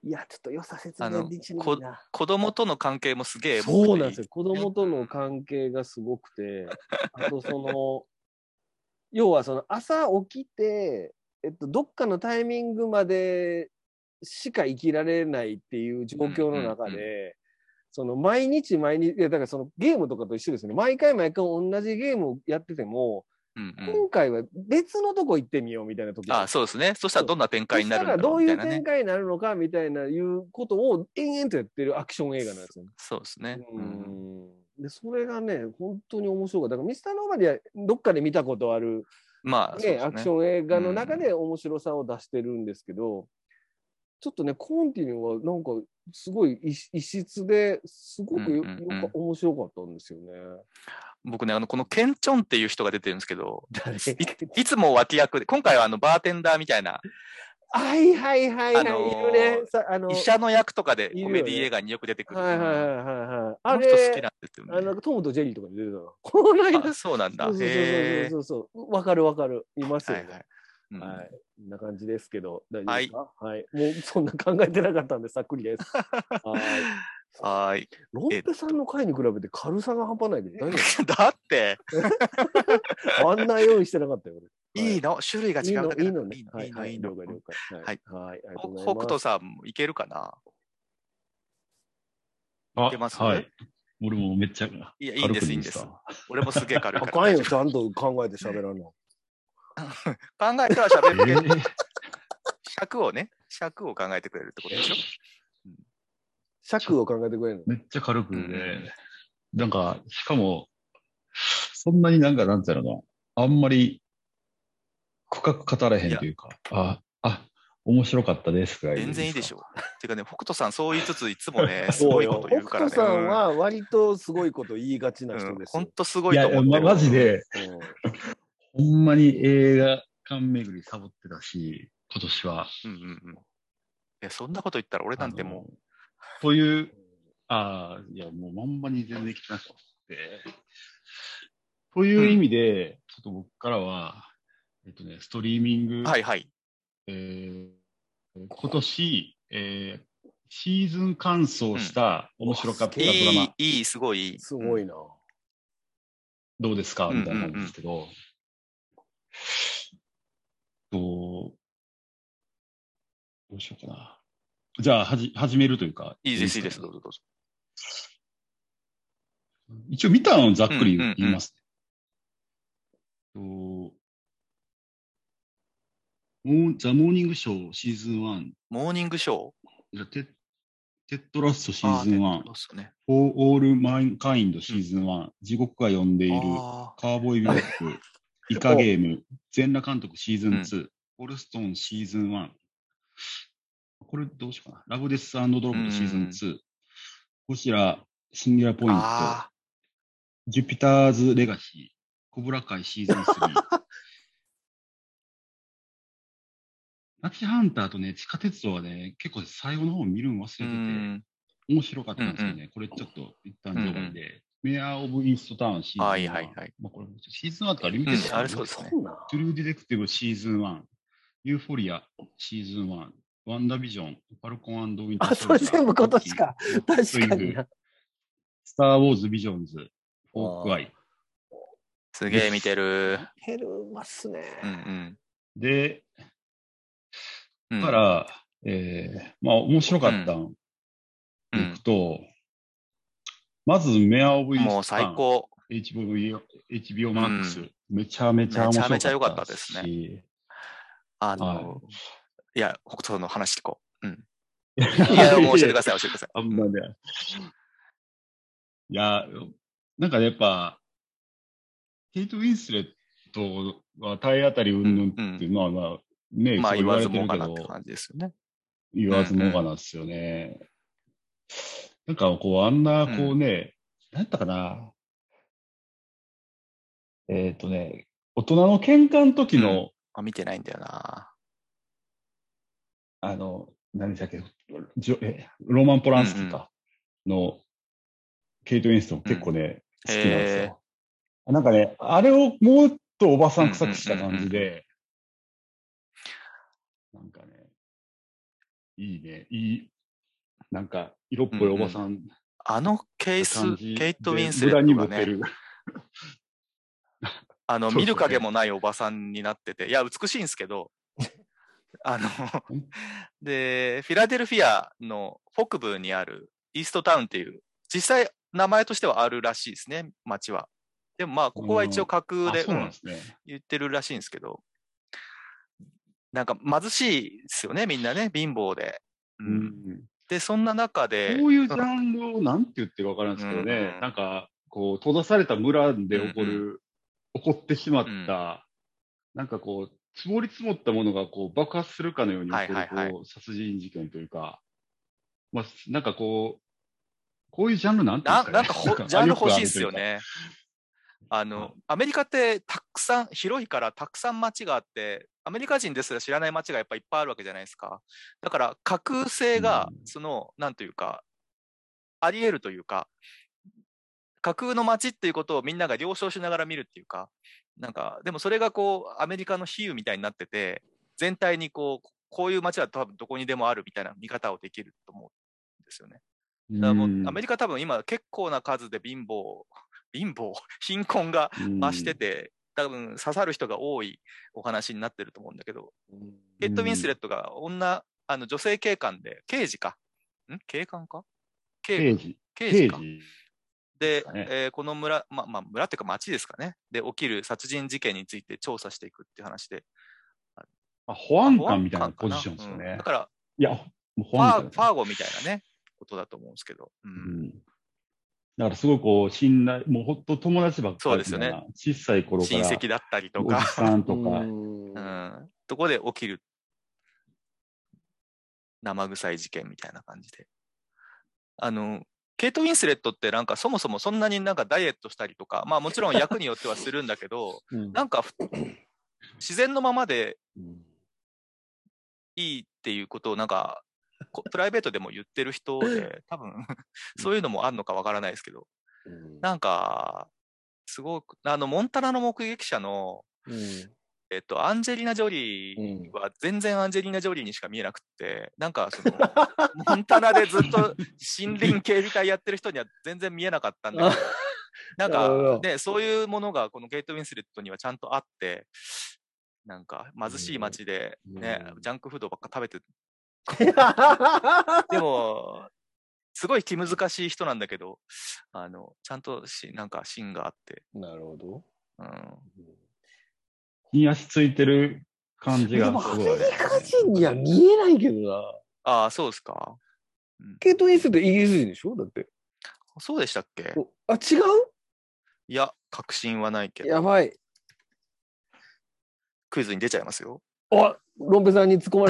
Speaker 3: いや、ちょっと良さ説
Speaker 1: あの
Speaker 3: 明できないな。
Speaker 1: 子供との関係もすげえ僕
Speaker 3: そうなんですよ。子供との関係がすごくて、あとその、要はその朝起きて、えっと、どっかのタイミングまでしか生きられないっていう状況の中
Speaker 1: うんうん
Speaker 3: で、その毎日毎日、いやだからそのゲームとかと一緒ですね。毎回毎回同じゲームをやってても、
Speaker 1: うんうん
Speaker 3: 今回は別のとこ行ってみようみたいな時
Speaker 1: ああ、そうですね。そしたらどんな展
Speaker 3: そ
Speaker 1: 開に
Speaker 3: し
Speaker 1: な
Speaker 3: た
Speaker 1: る
Speaker 3: ら
Speaker 1: んだ
Speaker 3: ど
Speaker 1: ろう
Speaker 3: う
Speaker 1: みた
Speaker 3: いう
Speaker 1: いなね
Speaker 3: 展。開になるのかみたいないうことを延々とやってるアクション映画なんですよね。
Speaker 1: そうですね。
Speaker 3: う
Speaker 1: うん
Speaker 3: んでそれがね、本当に面白かった。だから、ミスターノーバディはどっかで見たことある、
Speaker 1: まあ、そう
Speaker 3: ね
Speaker 1: です
Speaker 3: アクシ
Speaker 1: ね。
Speaker 3: ョン映画の中で面白さを出してるんですけど、ちょっとね、コンティニューはなんか、すごい異異質ですごく
Speaker 1: うんう
Speaker 3: よ、
Speaker 1: んうん
Speaker 3: よか面白かったんですよね。
Speaker 1: 僕ね、あの、このケンチョンっていう人が出てるんですけど、いいつも脇役で、今回はあの、バーテンダーみたいな、
Speaker 3: はいはいはいはい、
Speaker 1: あのー
Speaker 3: いるね。さあの
Speaker 1: 医者の役とかで
Speaker 3: いるよ
Speaker 1: コ
Speaker 3: ね
Speaker 1: メディ映画によく出てくる。
Speaker 3: はいはいは
Speaker 1: あ
Speaker 3: いはいはい。あ
Speaker 1: の人好き
Speaker 3: れ、
Speaker 1: なんですよ
Speaker 3: あ
Speaker 1: ね
Speaker 3: のトムとジェリーとかに出てたの。この間、
Speaker 1: あ。そうなんだ。
Speaker 3: そうそう
Speaker 1: へえ。
Speaker 3: そうそうそうそう。わかるわかる。いますよ
Speaker 1: は
Speaker 3: ね。
Speaker 1: いはい。うん
Speaker 3: はい。こんな感じですけど、大丈夫ですかはい。もうそんな考えてなかったんで、さっくりです。 はい。
Speaker 1: はーい。
Speaker 3: ロンペさんの回に比べて軽さが半端ないけど、大丈
Speaker 1: だって、
Speaker 3: 夫あんな用意してなかったよ、俺。
Speaker 1: いいの種類が
Speaker 3: いい
Speaker 1: 違う
Speaker 3: の
Speaker 1: だ、け
Speaker 3: い
Speaker 1: だ
Speaker 3: いの
Speaker 1: から
Speaker 3: ね
Speaker 1: いい。の、
Speaker 3: はいい、
Speaker 1: いの、
Speaker 3: はいい、
Speaker 1: いの。
Speaker 3: 了解、了解。はい。はい、ありがとうございます
Speaker 1: 北斗さんもいけるかな
Speaker 5: あ
Speaker 1: いけます
Speaker 5: はい。俺もめっちゃ
Speaker 1: いや、いいん
Speaker 5: 軽
Speaker 1: で
Speaker 5: く
Speaker 1: す、
Speaker 5: で
Speaker 1: いい
Speaker 5: いい
Speaker 1: ん
Speaker 5: ん
Speaker 1: で
Speaker 5: ですす。
Speaker 1: 俺もすげえ軽いか
Speaker 3: あ
Speaker 1: ら
Speaker 3: かんよ、ちゃんと考えて喋らんの。
Speaker 1: 考えたら喋るけど、
Speaker 5: か。
Speaker 1: 尺をね、尺を考えてくれるってことでしょ
Speaker 3: 尺を考えてくれるの。
Speaker 5: めっちゃ軽くね、なんか、しかも、そんなになんか、なんていうのかな、あんまり深く語らへんというか、あ、あ、面白かったですぐらい
Speaker 1: 全然いいでし
Speaker 5: ょ。
Speaker 1: ょう。ていうかね、北斗さん、そう言いつつ、いつも ね、すごいこと言うか
Speaker 3: 北
Speaker 1: らね。
Speaker 3: 斗さんは 割とすごいこと言いがちな人ですよ。
Speaker 1: 本当すご
Speaker 5: い
Speaker 1: いと思
Speaker 5: や、
Speaker 1: って
Speaker 5: ま、
Speaker 1: る
Speaker 5: マジで、
Speaker 3: うん
Speaker 5: ほんまに映画館巡りサボってたし、今年は。
Speaker 1: うんうんうん。いや、そんなこと言ったら、俺なんてもう、
Speaker 5: う。そういう、ああ、いや、もうまんまに全然来てなくて。という意味で、ちょっと僕からは、えっとね、ストリーミング、
Speaker 1: はいはい。
Speaker 5: えー今年、えーシーズン完走した面白かった
Speaker 3: う
Speaker 5: ド
Speaker 3: ん
Speaker 5: ラ
Speaker 1: い
Speaker 5: マ、
Speaker 1: い、いい、すごいいい。
Speaker 3: すご
Speaker 1: い。
Speaker 3: いな。
Speaker 5: どうですか
Speaker 1: うん
Speaker 5: みたいなんですけど、とどうしようかな。じゃあ、はじ、始めるというか。
Speaker 1: いいです、いいで
Speaker 5: か
Speaker 1: す。どうぞどうぞ。
Speaker 5: 一応見たのをざっくり
Speaker 1: う
Speaker 5: 言う
Speaker 1: んうんうん
Speaker 5: 言いますね。とモーザ・モーニングショーシーズン1、
Speaker 1: モーニングショー。
Speaker 5: じゃあテテッドラストシ
Speaker 1: あ
Speaker 5: ーズ
Speaker 1: ね
Speaker 5: ン1、
Speaker 1: そうっすね。
Speaker 5: For All Mankind シーズン1、地獄が呼んでいる、
Speaker 1: あ
Speaker 5: カーボーイビバップ、イカゲーム、全裸監督シーズン2、オルストンシーズン1、これどうしようかな、ラブデスドロップシーズン2、ゴジラ、シンギュラポ
Speaker 1: ー
Speaker 5: イント、
Speaker 1: あ
Speaker 5: ジュピターズ・レガシー、コブラ会シーズン3。ナチハンターとね、地下鉄道はね、結構最後の方見るの忘れて
Speaker 1: ー。う
Speaker 5: て、
Speaker 1: ん。
Speaker 5: 面白かったんですよね。これちょっと一旦上外で、メアー・オブ・イースト・タウンシーズン1。
Speaker 1: はいはいはい
Speaker 5: まあ、これシーズン1とかリミテッド、
Speaker 1: うんあれそうですね
Speaker 3: そんな
Speaker 5: トゥルー・ディテクティブシーズン1、ユーフォリアシーズン1、ワンダービジョン、ファルコンウィンター
Speaker 3: あそれ全部今年か。
Speaker 5: ロッキー
Speaker 3: 確かにな。
Speaker 5: スター・ウォーズ・ビジョンズ、フォーク・アイ。
Speaker 1: すげえ見てる。
Speaker 3: 減るますね。
Speaker 1: うん
Speaker 5: で、
Speaker 1: うん。
Speaker 5: だか、ら、えーまあ、面白かったん、
Speaker 1: う
Speaker 5: い
Speaker 1: ん
Speaker 5: く、と、まず、メア・オブ・イースト・
Speaker 1: もう最高。
Speaker 5: HBO、HBO マックス、
Speaker 1: うん
Speaker 5: めちゃめちゃ面白
Speaker 1: めちゃ
Speaker 5: かったし。
Speaker 1: めちゃ良かったです
Speaker 5: ね。
Speaker 1: あ
Speaker 5: は
Speaker 1: の、いや、北斗の話聞こう。いや、もう教えてくださ い、教えてください。
Speaker 5: あんまね。いや、なんかやっぱ、ケイト・ウィンスレットは体当たりうんぬんっていうのは、まあ、ね、
Speaker 1: まあ、
Speaker 5: そう
Speaker 1: 言
Speaker 5: 言わ
Speaker 1: わ
Speaker 5: れ
Speaker 1: ず
Speaker 5: て
Speaker 1: も
Speaker 5: る
Speaker 1: が
Speaker 5: け
Speaker 1: なっ
Speaker 5: ど
Speaker 1: て、感じですよね。
Speaker 5: 言わずもがなですよね。なんかこう、あんな、こうね、なんやったかな。えっ、とね、大人の喧嘩の時の、
Speaker 1: うんあ、見てないんだよな。
Speaker 5: あの、何でしたっけ、ジョえローマン・ポランスキーか、の、ケイト・ウィンストン結構ね、
Speaker 1: うん
Speaker 5: 好きなんです
Speaker 1: へ
Speaker 5: よ。なんかね、あれをもっとおばさん臭くした感じで、なんかね、いいね、いい、なんか、色っぽいおばさん
Speaker 1: あのケース
Speaker 5: 感じ、で
Speaker 1: ケイト・ウィンスレ
Speaker 5: 無駄
Speaker 1: ッ
Speaker 5: に
Speaker 1: ト
Speaker 5: モ
Speaker 1: が
Speaker 5: テ
Speaker 1: ね、
Speaker 5: る。
Speaker 1: あの、
Speaker 5: そうですね
Speaker 1: 見る影もないおばさんになってて、いや、美しいんですけ ど、あの、で、フィラデルフィアの北部にあるイーストタウンっていう、実際名前としてはあるらしいですね、町は。でもまあ、ここは一応架空
Speaker 5: あ
Speaker 1: で、
Speaker 5: そう
Speaker 1: う
Speaker 5: なん
Speaker 1: ん
Speaker 5: ですね。
Speaker 1: 言ってるらしいんですけど、なんか貧しいですよね、みんなね、貧乏で。うん
Speaker 5: うん
Speaker 1: で、そんな中で、
Speaker 5: こういうジャンルをなんて言ってるか分からんですけどね、
Speaker 1: うん
Speaker 5: なんか、こう、閉ざされた村で起こる、起こってしまった、なんかこう、積もり積もったものがこう爆発するかのように起こる、
Speaker 1: はいはいはい
Speaker 5: こう殺人事件というか、まあ、なんかこう、こういうジャンルなんて言
Speaker 1: な
Speaker 5: うん
Speaker 1: なん
Speaker 5: です
Speaker 1: か
Speaker 5: かね、
Speaker 1: ほジャンル欲しい
Speaker 5: で
Speaker 1: ですよ。ね。あ
Speaker 5: う
Speaker 1: の
Speaker 5: ん、
Speaker 1: アメリカってたくさん、広いからたくさん街があって、アメリカ人ですら知らない街がやっぱいっぱいあるわけじゃないですか。だから、架空性が
Speaker 5: う、ん
Speaker 1: その、なんというか、あり得るというか、架空の街っていうことをみんなが了承しながら見るっていうか、なんか、でもそれがこう、アメリカの比喩みたいになってて、全体にこう、こういう街は多分どこにでもあるみたいな見方をできると思うんですよね。
Speaker 5: うん
Speaker 1: だからもうアメリカ多分今結構な数で貧乏、 貧乏、貧困が増してて、多分刺さる人が多いお話になってると思うんだけど、ケット・ウィンスレットが女、あの女性警官で、刑事か。ん警官か
Speaker 5: うん
Speaker 1: 刑
Speaker 5: 刑事、
Speaker 1: 刑
Speaker 5: 刑
Speaker 1: 事
Speaker 5: 事
Speaker 1: か。で、
Speaker 5: ね
Speaker 1: えーこの村、まあ、まあ、村っていうか町ですかね。で、起きる殺人事件について調査していくっていう話で。
Speaker 5: あ保安官みたいなポジションですよ
Speaker 1: 保安官かなうん
Speaker 5: ね
Speaker 1: だ。から、
Speaker 5: いや、も
Speaker 1: フ
Speaker 5: う保安
Speaker 1: ァ
Speaker 5: 官
Speaker 1: ー
Speaker 5: で
Speaker 1: フ
Speaker 5: すね
Speaker 1: ァーゴみたいなね、ことだと思うんですけど。う
Speaker 5: うんんだからすごいこう、信頼、もうほんと友達ばっかり
Speaker 1: そうですよね
Speaker 5: みたいな小さい頃か
Speaker 1: 親
Speaker 5: ら、
Speaker 1: 戚だったりと
Speaker 5: おじ
Speaker 1: か、
Speaker 5: さんとか、
Speaker 1: う
Speaker 3: うん
Speaker 1: ん、とこで起きる生臭い事件みたいな感じで。あの、ケイト・ウィンスレットってなんかそもそもそんなになんかダイエットしたりとか、まあもちろん役によってはするんだけ ど、なんかふ自然のままでいいっていうことをなんかこプライベートでも言ってる人で多分そういうのもあるのかわからないですけど
Speaker 3: うん
Speaker 1: なんかすごくあのモンタナの目撃者の、えっと、アンジェリーナ・ジョリー
Speaker 3: うん
Speaker 1: は全然アンジェリーナ・ジョリーにしか見えなくってなんかそのモンタナでずっと森林警備隊やってる人には全然見えなかったんだけどなん
Speaker 3: なるほ
Speaker 1: か
Speaker 3: ど、
Speaker 1: ね、そういうものがこのゲートウィンスレットにはちゃんとあって、なんか貧しい街で、ね
Speaker 3: う、ん
Speaker 1: ジャンクフードばっか食べて、 でも、すごい気難しい人なんだけど、あの、ちゃんとし、なんか芯があって、
Speaker 3: なるほど。
Speaker 1: うん。
Speaker 5: に足ついてる感じ
Speaker 3: で
Speaker 5: が
Speaker 3: も、
Speaker 5: す
Speaker 3: ア
Speaker 5: ご
Speaker 3: メ
Speaker 5: い。
Speaker 3: リカ人には見えないけどな。
Speaker 1: ああ、そうですか。うん
Speaker 3: ケイト・ウィンスレットイギリス人でしょだって。
Speaker 1: そうでしたっけ
Speaker 3: おあ、違う
Speaker 1: いや、確信はないけど、
Speaker 3: やばい。
Speaker 1: クイズに出ちゃいますよ。
Speaker 3: あロンペさんに突っ込ま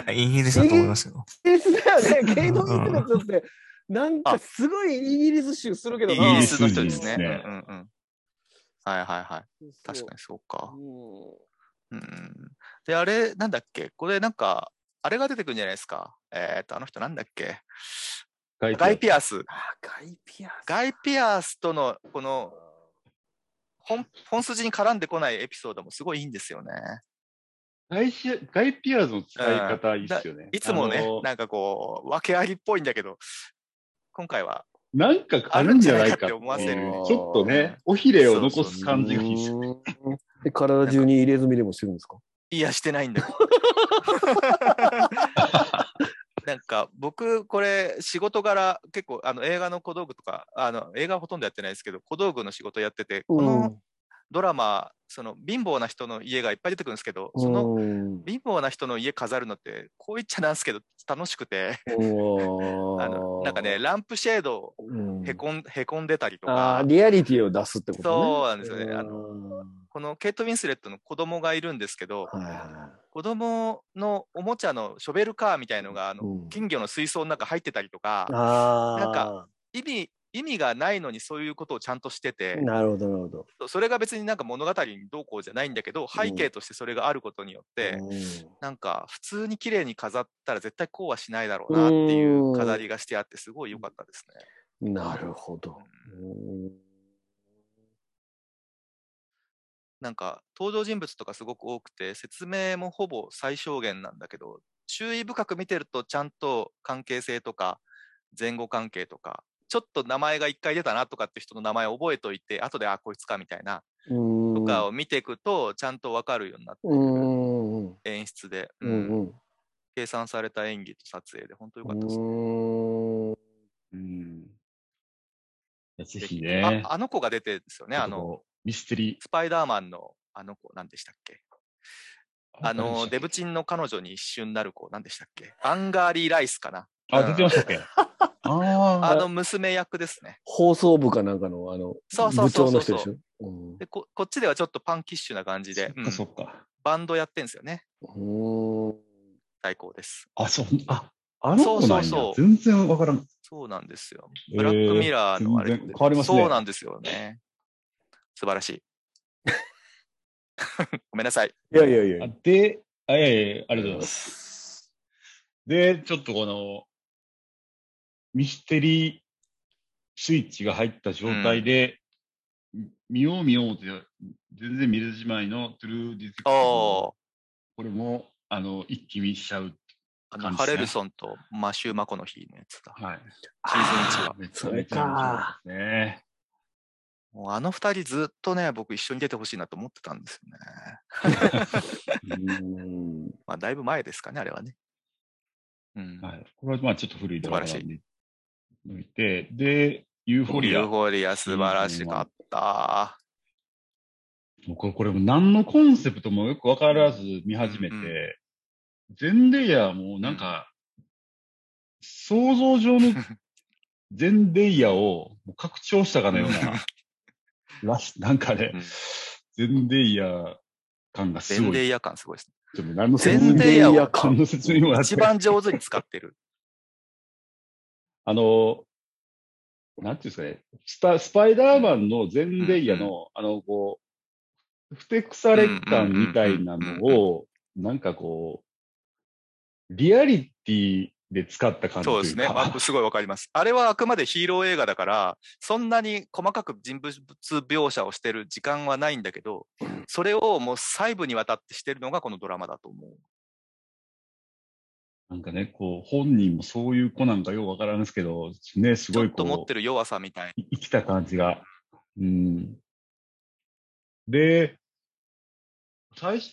Speaker 3: れた。
Speaker 2: インヒリスだと思いますよ。
Speaker 3: イギリスだよね。ケイト・ウィンスレットって、なんかすごいイギリス州するけど
Speaker 1: イ
Speaker 3: な。
Speaker 1: ギリスの人ですね。
Speaker 5: イ
Speaker 1: うん
Speaker 5: ギ
Speaker 1: う
Speaker 5: リス人ですね
Speaker 1: んうん。はいはいはい。確か
Speaker 3: に。
Speaker 1: にそうか。
Speaker 3: うん
Speaker 1: うんで、あれ、なんだっけこれなんか、あれが出てくるんじゃないですか。えー、っと、あの人なんだっけガイピアス。
Speaker 3: あ、ガイピアス。
Speaker 1: ガイピアスとの、この本、本筋に絡んでこないエピソードもすごいいいんですよね。
Speaker 5: ガイシアガイピアーズの使い方いいっすよね。
Speaker 1: いつもね
Speaker 5: あの、
Speaker 1: なんかこう、訳ありっぽいんだけど、今回は、
Speaker 5: なんかあるんじゃな
Speaker 1: あるんじゃないか
Speaker 5: いか
Speaker 1: って思わせる
Speaker 5: うんちょっとね、尾ひれを残す感じがいいっすよね。
Speaker 3: うんで体中に入れ墨でもしてるんですか
Speaker 1: いや、してないんだ よ。なんか僕これ仕事柄結構あの映画の小道具とかあの映画はほとんどやってないですけど小道具の仕事やっててこのドラマその貧乏な人の家がいっぱい出てくるんですけどその
Speaker 3: うん
Speaker 1: 貧乏な人の家飾るのってこう言っちゃなんですけど楽しくて
Speaker 3: うん
Speaker 1: あのなんかねランプシェード
Speaker 3: うん
Speaker 1: へこんへこんでたりと
Speaker 3: あ
Speaker 1: か
Speaker 3: ーリアリティを出すってことね。
Speaker 1: そうなんですよねあの
Speaker 3: の、
Speaker 1: このケイト・ウィンスレットの子供がいるんですけど
Speaker 3: はいは
Speaker 1: 子供のおもちゃのショベルカーみたいのがあ
Speaker 3: い
Speaker 1: の
Speaker 3: うん
Speaker 1: 金魚の水槽の中入ってたりとか
Speaker 3: あー
Speaker 1: なんか意味意味がないのにそういうことをちゃんとしてて、
Speaker 3: なるほど、なるほど。
Speaker 1: それが別になんか物語にどうこうじゃないんだけど背景としてそれがあることによって、
Speaker 3: うん
Speaker 1: なんか普通に綺麗に飾ったら絶対こうはしないだろうなっていう飾りがしてあってすごい良かったですね。
Speaker 3: なるほど。うん
Speaker 1: なんか登場人物とかすごく多くて説明もほぼ最小限なんだけど注意深く見てるとちゃんと関係性とか前後関係とかちょっと名前が一回出たなとかって人の名前を覚えといて後であこいつかみたいな
Speaker 3: うん
Speaker 1: とかを見ていくとちゃんと分かるようになってく
Speaker 3: う
Speaker 1: る
Speaker 3: んうん
Speaker 1: 演出で、
Speaker 3: う
Speaker 1: うん
Speaker 3: ん
Speaker 1: 計算された演技と撮影で本当良かったです、
Speaker 3: うん。
Speaker 5: うんいやぜ
Speaker 1: ぜ
Speaker 5: ひ
Speaker 1: ひ
Speaker 5: ね。
Speaker 1: ああの子が出てるんですよねあ
Speaker 5: ちょっと
Speaker 1: の
Speaker 5: こう、ミステリー。
Speaker 1: スパイダーマンのあの子何でしたっけあの、デブチ
Speaker 5: ン。
Speaker 1: ンの彼女に一瞬なる子、何でしたっけアンガーリー・ライスかな
Speaker 5: あ、出てましたっけ
Speaker 1: あ
Speaker 5: あ
Speaker 1: の娘役ですね。
Speaker 3: 放送部かなんかの、あの、
Speaker 1: そうそうそうそう
Speaker 3: 部長の人でしょ。うん
Speaker 1: でこ、こっちではちょっとパンキッシュな感じで、
Speaker 5: あ。そっかそうっか。
Speaker 1: んバンドやってんですよね。
Speaker 3: うーん
Speaker 1: 最高です。
Speaker 5: あ、そう、あ、あの子なん
Speaker 1: そ
Speaker 5: や
Speaker 1: うそう。そう
Speaker 5: 全然わからん。
Speaker 1: そうなんですよ。
Speaker 5: えー
Speaker 1: ブラックミラーのあれ、
Speaker 5: 全然変わりますね
Speaker 1: そうなんですよね。素晴らしい。 ごめんなさい。
Speaker 3: いやいやい
Speaker 5: あ
Speaker 3: や。
Speaker 5: で、あ、いやいや、ありがとうございます。で、ちょっとこの、ミステリースイッチが入った状態で、み見よう見ようって、全然見れずじまいのトゥルーディテクティブ
Speaker 1: おー
Speaker 5: これも、あの、一気見しちゃう。
Speaker 1: あ
Speaker 5: 感
Speaker 1: の
Speaker 5: じですね
Speaker 1: ハレルソンとマシュー・マコの日のやつだ。
Speaker 5: はい。
Speaker 1: シーズン1は。
Speaker 5: めちゃ
Speaker 3: そ
Speaker 5: め
Speaker 3: れ
Speaker 5: ちゃ面白
Speaker 3: か。
Speaker 5: いですね。
Speaker 1: もうあの二人ずっとね、僕一緒に出てほしいなと思ってたんですよね。
Speaker 3: うん
Speaker 1: まあ、だいぶ前ですかね、あれはね。うん。
Speaker 5: はい。これはまあちょっと古いドラマなんで、抜いて、で、ユーフォリ
Speaker 1: ユ
Speaker 5: ア
Speaker 1: ー。フォリア素晴らしかった。
Speaker 5: 僕はこれも何のコンセプトもよくわからず見始め
Speaker 1: うんう
Speaker 5: て、全レイヤーもなんか、想像上 の全レイヤーをもう拡張したかのよう な、らしなんかね
Speaker 1: うん、
Speaker 5: 全レイヤー感がす
Speaker 1: 全
Speaker 5: ご
Speaker 1: レ
Speaker 5: い。
Speaker 1: イヤー感すごいですね。
Speaker 5: ちょっと何の
Speaker 1: 全レイヤーを
Speaker 5: 全感の説明もなく
Speaker 1: 一番上手に使ってる。
Speaker 5: あの、なんていうんですかね、スタスパイダーマンの全レイヤーの、あの、こう、ふてくされ感みたいなのを、なんかこう、リアリティで使った感じ
Speaker 1: そう
Speaker 5: と
Speaker 1: で
Speaker 5: い
Speaker 1: す
Speaker 5: う
Speaker 1: ね。
Speaker 5: か
Speaker 1: あすごいわかります。あれはあくまでヒーロー映画だから、そんなに細かく人物描写をしてる時間はないんだけど、それをもう細部にわたってしてるのがこのドラマだと思う。
Speaker 5: なんかね、こう、本人もそういう子なんかようわからんですけど、ね、す
Speaker 1: ち
Speaker 5: ご
Speaker 1: ょ
Speaker 5: い
Speaker 1: っと持っ
Speaker 5: こ
Speaker 1: てる弱さみたいな。
Speaker 5: う、生きた感じが。うん。で、最初、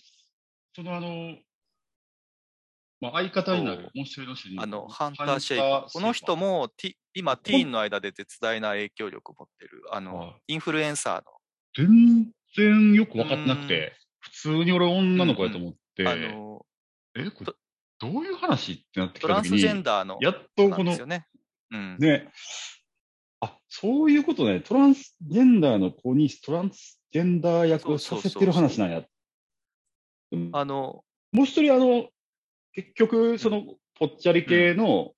Speaker 5: そのあの、まあ、相方になる、面白いの主人公
Speaker 1: あの、ハンター・シェイク。この人、もティ、今、ティーンの間で絶大な影響力を持ってる、あの、
Speaker 5: はい
Speaker 1: インフルエンサ
Speaker 5: 全然よく分かってなくて、普通に俺女の子やと思って、
Speaker 1: ーの、あの、
Speaker 5: え、これ、どういう話ってなってき
Speaker 1: トラ
Speaker 5: た
Speaker 1: ン
Speaker 5: 時
Speaker 1: ス
Speaker 5: に、
Speaker 1: ジェンダーの、
Speaker 5: やっと
Speaker 1: な
Speaker 5: こ
Speaker 1: んで
Speaker 5: の
Speaker 1: すよ、ね。うん。
Speaker 5: ね、あ、そういうことね、トランスジェンダーの子にトランスジェンダー役をさせてる話なんや。
Speaker 1: あの、
Speaker 5: もう一人、あの、結局、その、ぽっちゃり系の、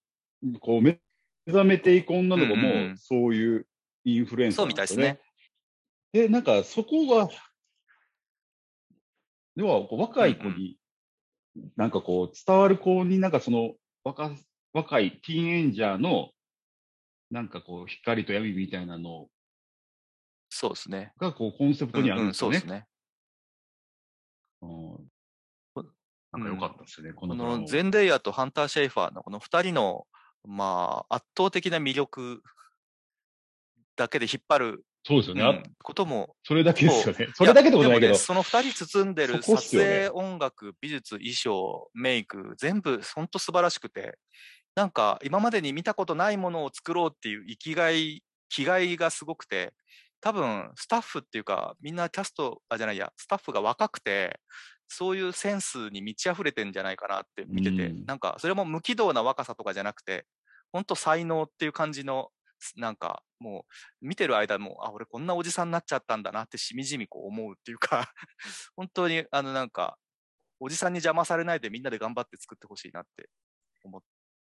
Speaker 5: こう、目覚めていく女の子
Speaker 1: うんうんう
Speaker 5: も、
Speaker 1: ん
Speaker 5: そういうインフルエンサーなん
Speaker 1: そうみたいで。
Speaker 5: で、なんか、そこが、要は、こう若い子
Speaker 1: うん
Speaker 5: に、なんかこう、伝わる子になんかその、若、若いティーンエンジャーの、なんかこう、光と闇みたいなの
Speaker 1: そうですね。
Speaker 5: が、こう、コンセプトにあ
Speaker 1: う
Speaker 5: る
Speaker 1: ん
Speaker 5: ん
Speaker 1: うん、
Speaker 5: です
Speaker 1: そ
Speaker 5: よ
Speaker 1: う
Speaker 5: ね
Speaker 1: です。ね。
Speaker 5: うん
Speaker 1: こ
Speaker 5: なんか良かったですよね、こ
Speaker 1: こ
Speaker 5: のドラ
Speaker 1: の
Speaker 5: マ
Speaker 1: ゼンデイヤとハンター・シェイファーのこの2人の、まあ、圧倒的な魅力だけで引っ張る、
Speaker 5: そうですよね。
Speaker 1: う
Speaker 5: あ
Speaker 1: んことも、
Speaker 5: それだけですよね。それだけってことないけ
Speaker 1: やでも
Speaker 5: ど
Speaker 1: ね、その2人包んでる
Speaker 5: そこっ
Speaker 1: 撮
Speaker 5: すよね
Speaker 1: 影、音楽、美術、衣装、メイク、全部本当素晴らしくて、なんか今までに見たことないものを作ろうっていう生きがい、気概がすごくて、多分スタッフっていうか、みんなキャスト、あ、じゃないや、スタッフが若くて、そういうセンスに満ち溢れてんじゃないかなって見てて、
Speaker 5: うん
Speaker 1: なんかそれも無軌道な若さとかじゃなくて、本当才能っていう感じの、すなんかもう見てる間も、あ、俺こんなおじさんになっちゃったんだなってしみじみこう思うっていうか、 本当にあのなんか、おじさんに邪魔されないでみんなで頑張って作ってほしいなって思う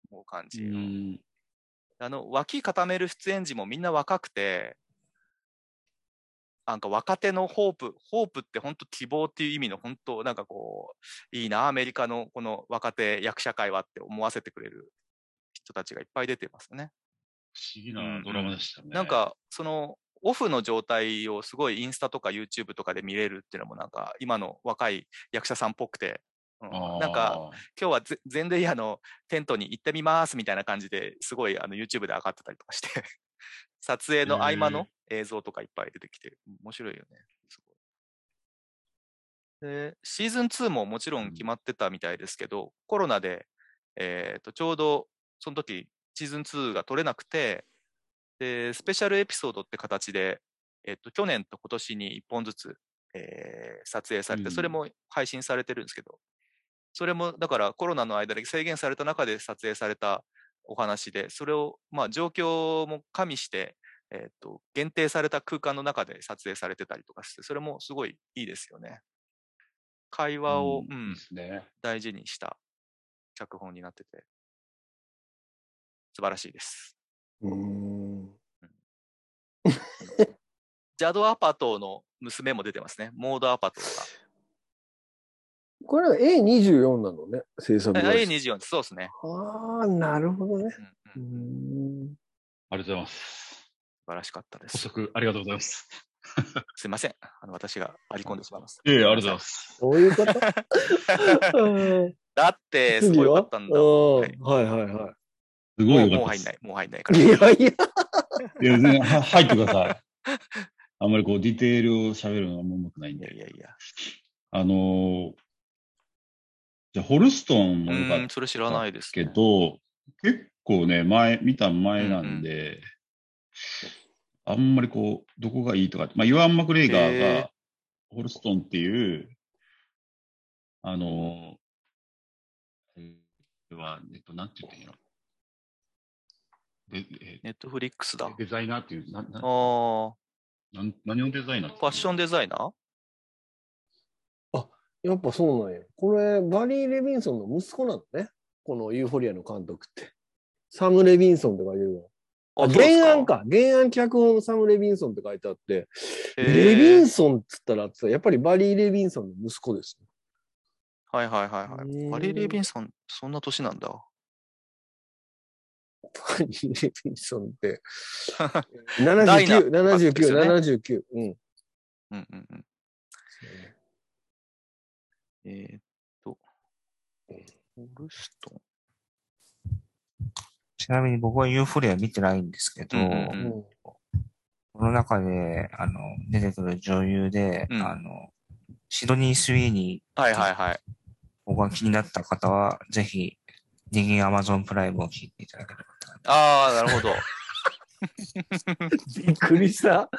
Speaker 1: 思う感じ。
Speaker 5: うん
Speaker 1: あの、脇固める出演時もみんな若くて、なんか若手のホープ、ホープって本当希望っていう意味の本当なんかこう、いいな、アメリカのこの若手役者会はって思わせてくれる人たちがいっぱい出てますね。
Speaker 5: 不思議なドラマでしたね。
Speaker 1: なん、か、その、オフの状態をすごいインスタとか YouTube とかで見れるっていうのもなんか、今の若い役者さんっぽくて、うんなんか、、今日はゼゼンデイヤのテントに行ってみますみたいな感じですごいあの YouTube で上がってたりとかして 撮影の合間の映像とかいっぱい出てきて面白いよねすごいでシーズン2ももちろん決まってたみたいですけど、コロナで、えーとちょうどその時シーズン2が取れなくてでスペシャルエピソードって形で、えっと去年と今年に1本ずつ、えー撮影されて、
Speaker 5: うん
Speaker 1: それも配信されてるんですけどそれもだからコロナの間で制限された中で撮影されたお話で、それをまあ状況も加味して、えっと限定された空間の中で撮影されてたりとかして、それもすごいいいですよね。会話を、
Speaker 5: う
Speaker 1: うんん
Speaker 5: いいですね。
Speaker 1: 大事にした脚本になってて、素晴らしいです。
Speaker 3: うん。
Speaker 1: ジャド・アパトーの娘も出てますね。モード・アパトーが。
Speaker 3: これは A24 なのね、制作会社
Speaker 1: A24 そうですね。
Speaker 3: ああ、なるほどね。
Speaker 1: うんうん
Speaker 3: う
Speaker 1: 素
Speaker 3: ん
Speaker 5: ありがとうございます。
Speaker 1: 晴らしかったで
Speaker 5: 補
Speaker 1: す。
Speaker 5: 足ありがとうございます。
Speaker 1: すいません。あの私が割り込んでしまいます。
Speaker 5: ええ、ありがとうございます。
Speaker 3: そういうこ とうん
Speaker 1: だって、す
Speaker 3: 次
Speaker 1: ごいよ
Speaker 3: は
Speaker 1: かったんだ。
Speaker 3: うん
Speaker 1: は
Speaker 3: はいいはいは
Speaker 5: すご
Speaker 1: も
Speaker 5: いうよ
Speaker 1: もう
Speaker 5: か
Speaker 1: 入
Speaker 5: ったで
Speaker 1: ん
Speaker 5: す
Speaker 1: ない。、もう入んないか
Speaker 3: い。
Speaker 1: ら。
Speaker 3: いやいや、
Speaker 5: いや、全然は入ってく ださい。あんまりこう、ディテールを喋るのがもうまくないん
Speaker 1: いや
Speaker 5: で。
Speaker 1: いやいや。
Speaker 5: あのーじゃあ、ホルストン
Speaker 1: う
Speaker 5: もよかっ
Speaker 1: ーん、それ知らないです、
Speaker 5: け
Speaker 1: ね。
Speaker 5: ど、結構ね、前、見た前なんで、あんまりこう、どこがいいとかって、まあ、ユアン・マクレイガー
Speaker 1: へー
Speaker 5: が、ホルストンっていう、あのー、えーは、えっと、なんて言ってんやろ。で、え
Speaker 1: ネットフリックスだ。あ
Speaker 5: ーデザイナーっていう、な、
Speaker 1: あ
Speaker 5: な、
Speaker 1: ー、
Speaker 5: なん何のデザイナー
Speaker 1: ファッション
Speaker 5: デ
Speaker 1: デザイナー
Speaker 3: やっぱそうなんや。これ、バリー・レビンソンの息子なのね。このユーフォリアの監督って。サム・レビンソンって書いてるわ。あ、
Speaker 1: そうです
Speaker 3: 原案か。原案脚本サム・レビンソンって書いてあって、
Speaker 1: へー
Speaker 3: レビンソンっつったらやっぱりバリー・レビンソンの息子です、ね。
Speaker 1: はいはいはいは
Speaker 3: へ
Speaker 1: い。
Speaker 3: ー
Speaker 1: バリー・レビンソン、そんな年なんだ。
Speaker 3: バリー・レビンソン って。
Speaker 1: ダイナ
Speaker 3: 79、79、
Speaker 1: ですよね
Speaker 3: 79。うん。
Speaker 1: うんうんうん。えーっと、ホルストン。
Speaker 2: ちなみに僕はユーフォリア見てないんですけど、
Speaker 1: うんうんうん
Speaker 3: うん
Speaker 2: この中で、あの、出てくる女優で、
Speaker 1: うん
Speaker 2: あの、シドニー・スウィーニー、
Speaker 1: はいはいはい。
Speaker 2: 僕が気になった方は、ぜひ、人間アマゾンプライムを聞いていただければと思いま
Speaker 1: ああ、なる ほど。
Speaker 3: びっくりした。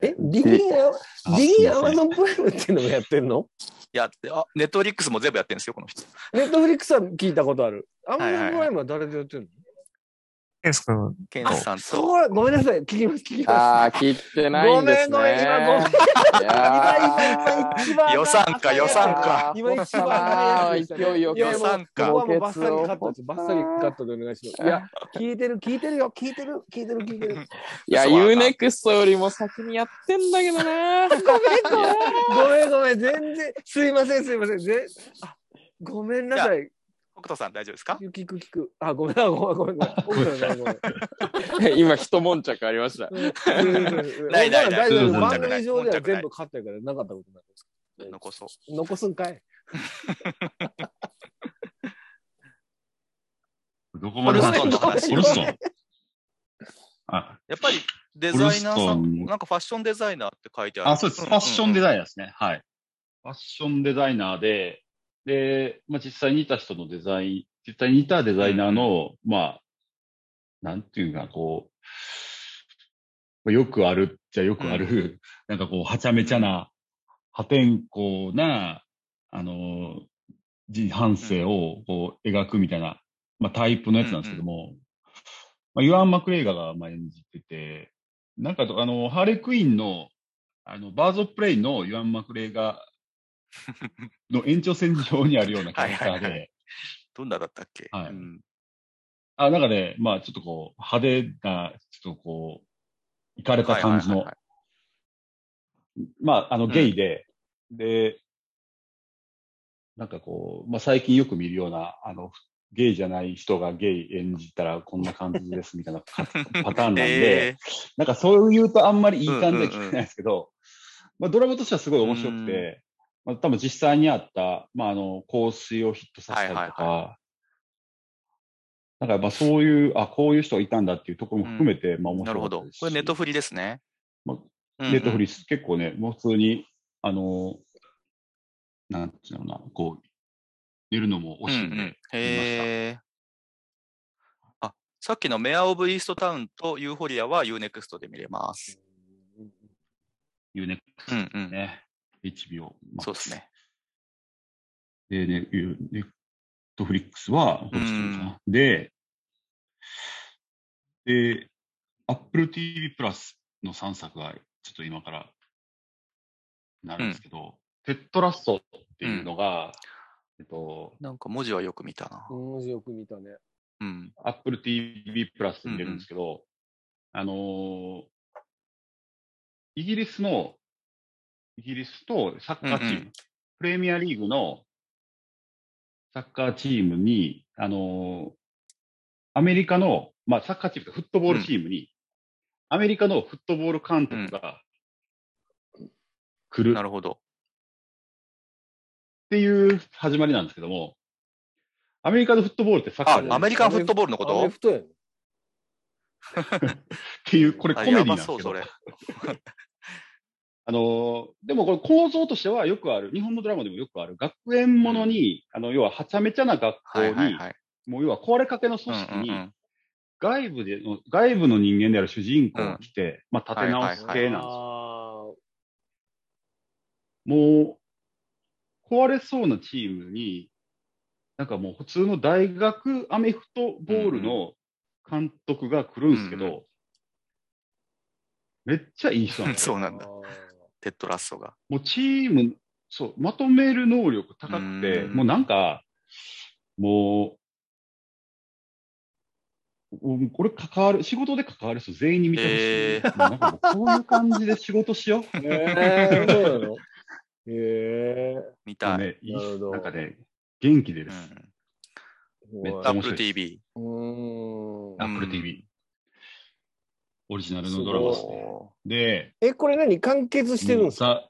Speaker 3: え、ディギーア、ディギーアマゾンプライムっていうのもやってんの
Speaker 1: やって、あ、ネットフリックスも全部やってるんですよ、この人。
Speaker 3: ネットフリックスは聞いたことある。アマ
Speaker 1: い
Speaker 3: ゾ
Speaker 1: は
Speaker 3: ン
Speaker 1: い
Speaker 3: プライムは誰でやってるの、
Speaker 2: す。ですけど、
Speaker 1: ケンさん
Speaker 3: そ
Speaker 1: と。
Speaker 3: うはごめんなさい。聞きます、聞きます。
Speaker 4: ああ、聞いてないんですね。
Speaker 3: ごめんごめん今ごめん
Speaker 4: いやー
Speaker 3: 番
Speaker 1: 予算か予算か
Speaker 3: 今一番早いやつでしたね
Speaker 4: いやいや
Speaker 3: いや
Speaker 1: 予算か
Speaker 3: もうここはもうバッサリカットです。バッサリカットでお願いします。いや、聞いてる、聞いてるよ、聞いてる、聞いてる、聞いてる。
Speaker 4: いや、
Speaker 1: 嘘は
Speaker 4: ユーネクストよりも先にやってんだけどな。
Speaker 3: ごめん、ごめん、全然、すいません、すいません、ぜ、あ、ごめんなさい。
Speaker 1: 北斗さん大丈夫ですか
Speaker 3: 聞く、聞く。あ、ごめん、あごめん、ごめん、ごめん奥さんごめん。
Speaker 4: 今、一悶着ありました。
Speaker 1: ないないない
Speaker 3: 大丈夫
Speaker 5: うん
Speaker 3: 番組上では全部勝ったからなかったことないです
Speaker 1: 残そう。
Speaker 3: 残すんかい
Speaker 5: どこまでだったんですか
Speaker 1: ホルストンの話
Speaker 5: ホルストン。あ、
Speaker 1: やっぱりデザイナーさ
Speaker 5: ホルスト
Speaker 1: ん、
Speaker 5: ン
Speaker 1: なんかファッションデザイナーって書いてある。
Speaker 5: あ、そうです。ファッションデ
Speaker 1: イ
Speaker 5: ザイナーですね。はい。ファッションデザイナーで、で、まあ、実際にいた人のデザイン、実際にいたデザイナーの、まあ、なんていうか、こう、まあ、よくあるっちゃよくある、 なんかこう、はちゃめちゃな、破天荒な、あの、人反省をこう描くみたいな、まあ、タイプのやつなんですけども、まあ、ユアン・マクレイガーがまあ演じてて、なんかとあの、ハーレクイーンの、あの、バーズ・オブ・プレイのユアン・マクレイガーの延長線上にあるようなキャラクター
Speaker 1: はいはいは
Speaker 5: で、
Speaker 1: どんなだったっけ
Speaker 5: はい
Speaker 1: うん
Speaker 5: あ、なんかね、まあちょっとこう、派手な、ちょっとこう、いかれた感じ
Speaker 1: はいはいはい
Speaker 5: の
Speaker 1: はい、
Speaker 5: まあ、あの、
Speaker 1: ん
Speaker 5: ゲイで、で、なんかこう、まあ最近よく見るような、あの、ゲイじゃない人がゲイ演じたらこんな感じです みたいなパターンなんで、
Speaker 1: え
Speaker 5: なんかそう言うとあんまりいい感じは聞けないんですけど、まあ、ドラマとしてはすごい面白くて、まあ、多分実際にあった、まあ、あの、香水をヒットさせたりとか、
Speaker 1: はいは
Speaker 5: なんかまあそういう、あ、こういう人がいたんだっていうところも含めて、まあ
Speaker 1: ー
Speaker 5: 面
Speaker 1: なる
Speaker 5: 白か
Speaker 1: ほど
Speaker 5: ったです。し
Speaker 1: これネットフリですね。
Speaker 5: まあ
Speaker 1: うんうん
Speaker 5: ネットフリス、結構ね、もう普通に、あの、なんていうのかな、こう、寝るのも惜しいんで、
Speaker 1: うんうんへえ。あ、さっきのメア・オブ・イーストタウンとユーフォリアは UNEXT で見れます。
Speaker 5: いうね、
Speaker 1: うんうん。
Speaker 5: ね、HBO。
Speaker 1: そうですね。
Speaker 5: で、ね、ゆネットフリックスは、ホルストンかなで、で、Apple TV プラスの3作が、ちょっと今から、なるんですけど、テッドラストっていうのが、えっと、
Speaker 1: なんか文字はよく見たな。
Speaker 3: 面白く見たね
Speaker 1: うん。
Speaker 5: Apple TV プラスで見れるんですけど、あのーイギリスの、イギリスとサッカーチー
Speaker 1: う
Speaker 5: ム、
Speaker 1: んう
Speaker 5: プレミアリーグのサッカーチームに、あのーアメリカの、まあ、サッカーチームというかフットボールチームに、アメリカのフットボール監督が来る
Speaker 1: なるほど。
Speaker 5: っていう始まりなんですけども、アメリカのフットボールってサッカーじ
Speaker 1: あ
Speaker 5: ゃないです、か
Speaker 1: アメリカンフットボールのこ
Speaker 3: アメ
Speaker 1: と
Speaker 3: フトやね
Speaker 5: っていう、これコ
Speaker 1: あ
Speaker 5: メディ
Speaker 1: や
Speaker 5: な
Speaker 1: ば
Speaker 5: んですけ
Speaker 1: そう、
Speaker 5: ど
Speaker 1: それ。
Speaker 5: あの、でもこれ構造としてはよくある、日本のドラマでもよくある、学園ものに、あの、要ははちゃめちゃな学校
Speaker 1: はいはい
Speaker 5: に、
Speaker 1: はい。
Speaker 5: もう要は壊れかけの
Speaker 1: うん
Speaker 5: 組織
Speaker 1: うんう
Speaker 5: に、
Speaker 1: ん
Speaker 5: 外部での、外部の人間である主人公が来て、まあ立て直す
Speaker 1: はい
Speaker 5: 系なんですよ。
Speaker 3: あー
Speaker 5: もう、壊れそうなチームに、なんかもう普通の大学アメフトボールの監督が来るんですけど、
Speaker 1: うん
Speaker 5: めっちゃいい人なんですよ。
Speaker 1: そうなんだ。テッドラッソが。
Speaker 5: もうチーム、そう、まとめる能力高くて、
Speaker 1: うん
Speaker 5: もうなんか、もう、うんこれ関わる、仕事で関わる人全員に見てほしい。
Speaker 1: え
Speaker 5: なんかもうこういう感じで仕事しよう。
Speaker 3: えー、そうなのへえ
Speaker 1: 見たい。
Speaker 5: ね、い いっ
Speaker 3: なるほ
Speaker 5: す
Speaker 3: ど
Speaker 5: なんかね、元気で
Speaker 1: う
Speaker 5: です。
Speaker 1: ん。
Speaker 3: ー。
Speaker 5: めっちゃ
Speaker 1: アッ
Speaker 5: 面白い
Speaker 1: プル TV。
Speaker 3: うーん
Speaker 1: あ
Speaker 5: Apple
Speaker 1: うん
Speaker 5: TV。オリジナルの
Speaker 3: すごい
Speaker 5: ドラマですね。
Speaker 1: お
Speaker 5: で、
Speaker 3: え、これ何完結してるんですか
Speaker 5: さ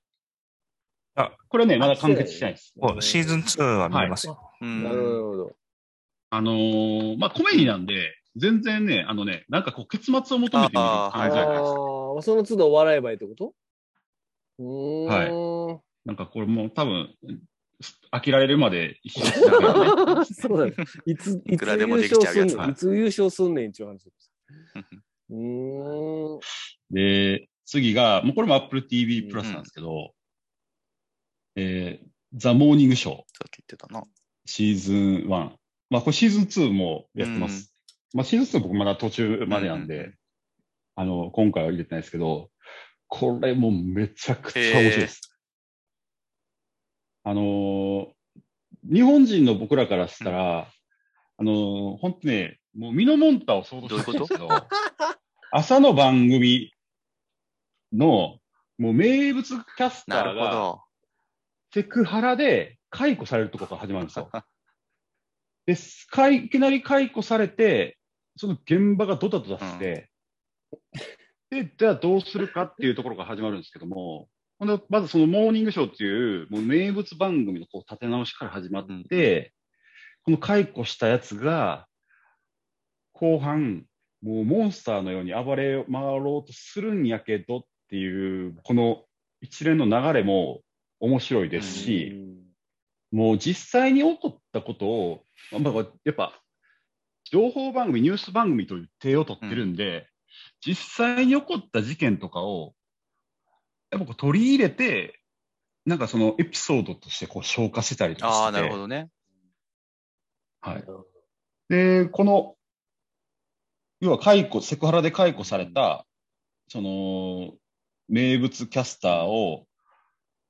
Speaker 2: あ
Speaker 5: これね、まだ完結してないです。
Speaker 2: おシーズン2は見れますよ。
Speaker 1: ーう
Speaker 3: なるほど
Speaker 1: ん。
Speaker 3: なるほど。
Speaker 5: あのー、まあ、コメディなんで、全然ね、あのね、なんかこう、結末を求めてみる感じ
Speaker 1: はい
Speaker 5: じ
Speaker 1: は
Speaker 5: ゃ
Speaker 1: い
Speaker 5: ないですか。
Speaker 3: ああ、その都度笑えばいいってことうーん。
Speaker 5: なんかこれもう多分、飽きられるまで一緒にしながらね
Speaker 3: そうなの。いつ、い
Speaker 1: い
Speaker 3: つ
Speaker 1: く
Speaker 3: 優
Speaker 1: らでもでき
Speaker 3: 勝
Speaker 1: ちゃう
Speaker 3: す
Speaker 1: や
Speaker 3: ん
Speaker 1: つ
Speaker 3: ねん。いつ優勝すんねんっていう話です。うーん。
Speaker 5: で、次が、もうこれも Apple TV プラスなんですけど、えー、ザ・モーニングショー。
Speaker 1: さっき言ってたな。
Speaker 5: シーズン1。まあ、これシーズン2もやってます。まあ、シーズン2僕まだ途中までなんで、
Speaker 1: うんうんう
Speaker 5: あの、今回は入れてないですけど、これもめちゃくちゃ面白いです。あのー日本人の僕らからしたら、あのー、本当ね、もう身のもんたを想像してほしいんですけど、 朝の番組の、もう名物キャスタ
Speaker 1: な
Speaker 5: ー
Speaker 1: るほ
Speaker 5: が、
Speaker 1: ど。
Speaker 5: セクハラで解雇されるとこから始まるんですよ。ですかいいきなり解雇されて、その現場がドタドタして、で、じゃあどうするかっていうところから始まるんですけども、ほんでまずそのモーニングショーっていう、もう名物番組のこう立て直しから始まって、この解雇したやつが、後半、もうモンスターのように暴れ回ろうとするんやけどっていう、この一連の流れも面白いですし、もう実際に起こったことを、まあ、まあやっぱ情報番組、ニュース番組という手を取ってるんで、実際に起こった事件とかを、やっぱこう取り入れて、なんかそのエピソードとしてこう消化してたりとかして
Speaker 1: ああ、なるほどね。
Speaker 5: はい、で、この、要は解雇、セクハラで解雇された、その、名物キャスターを、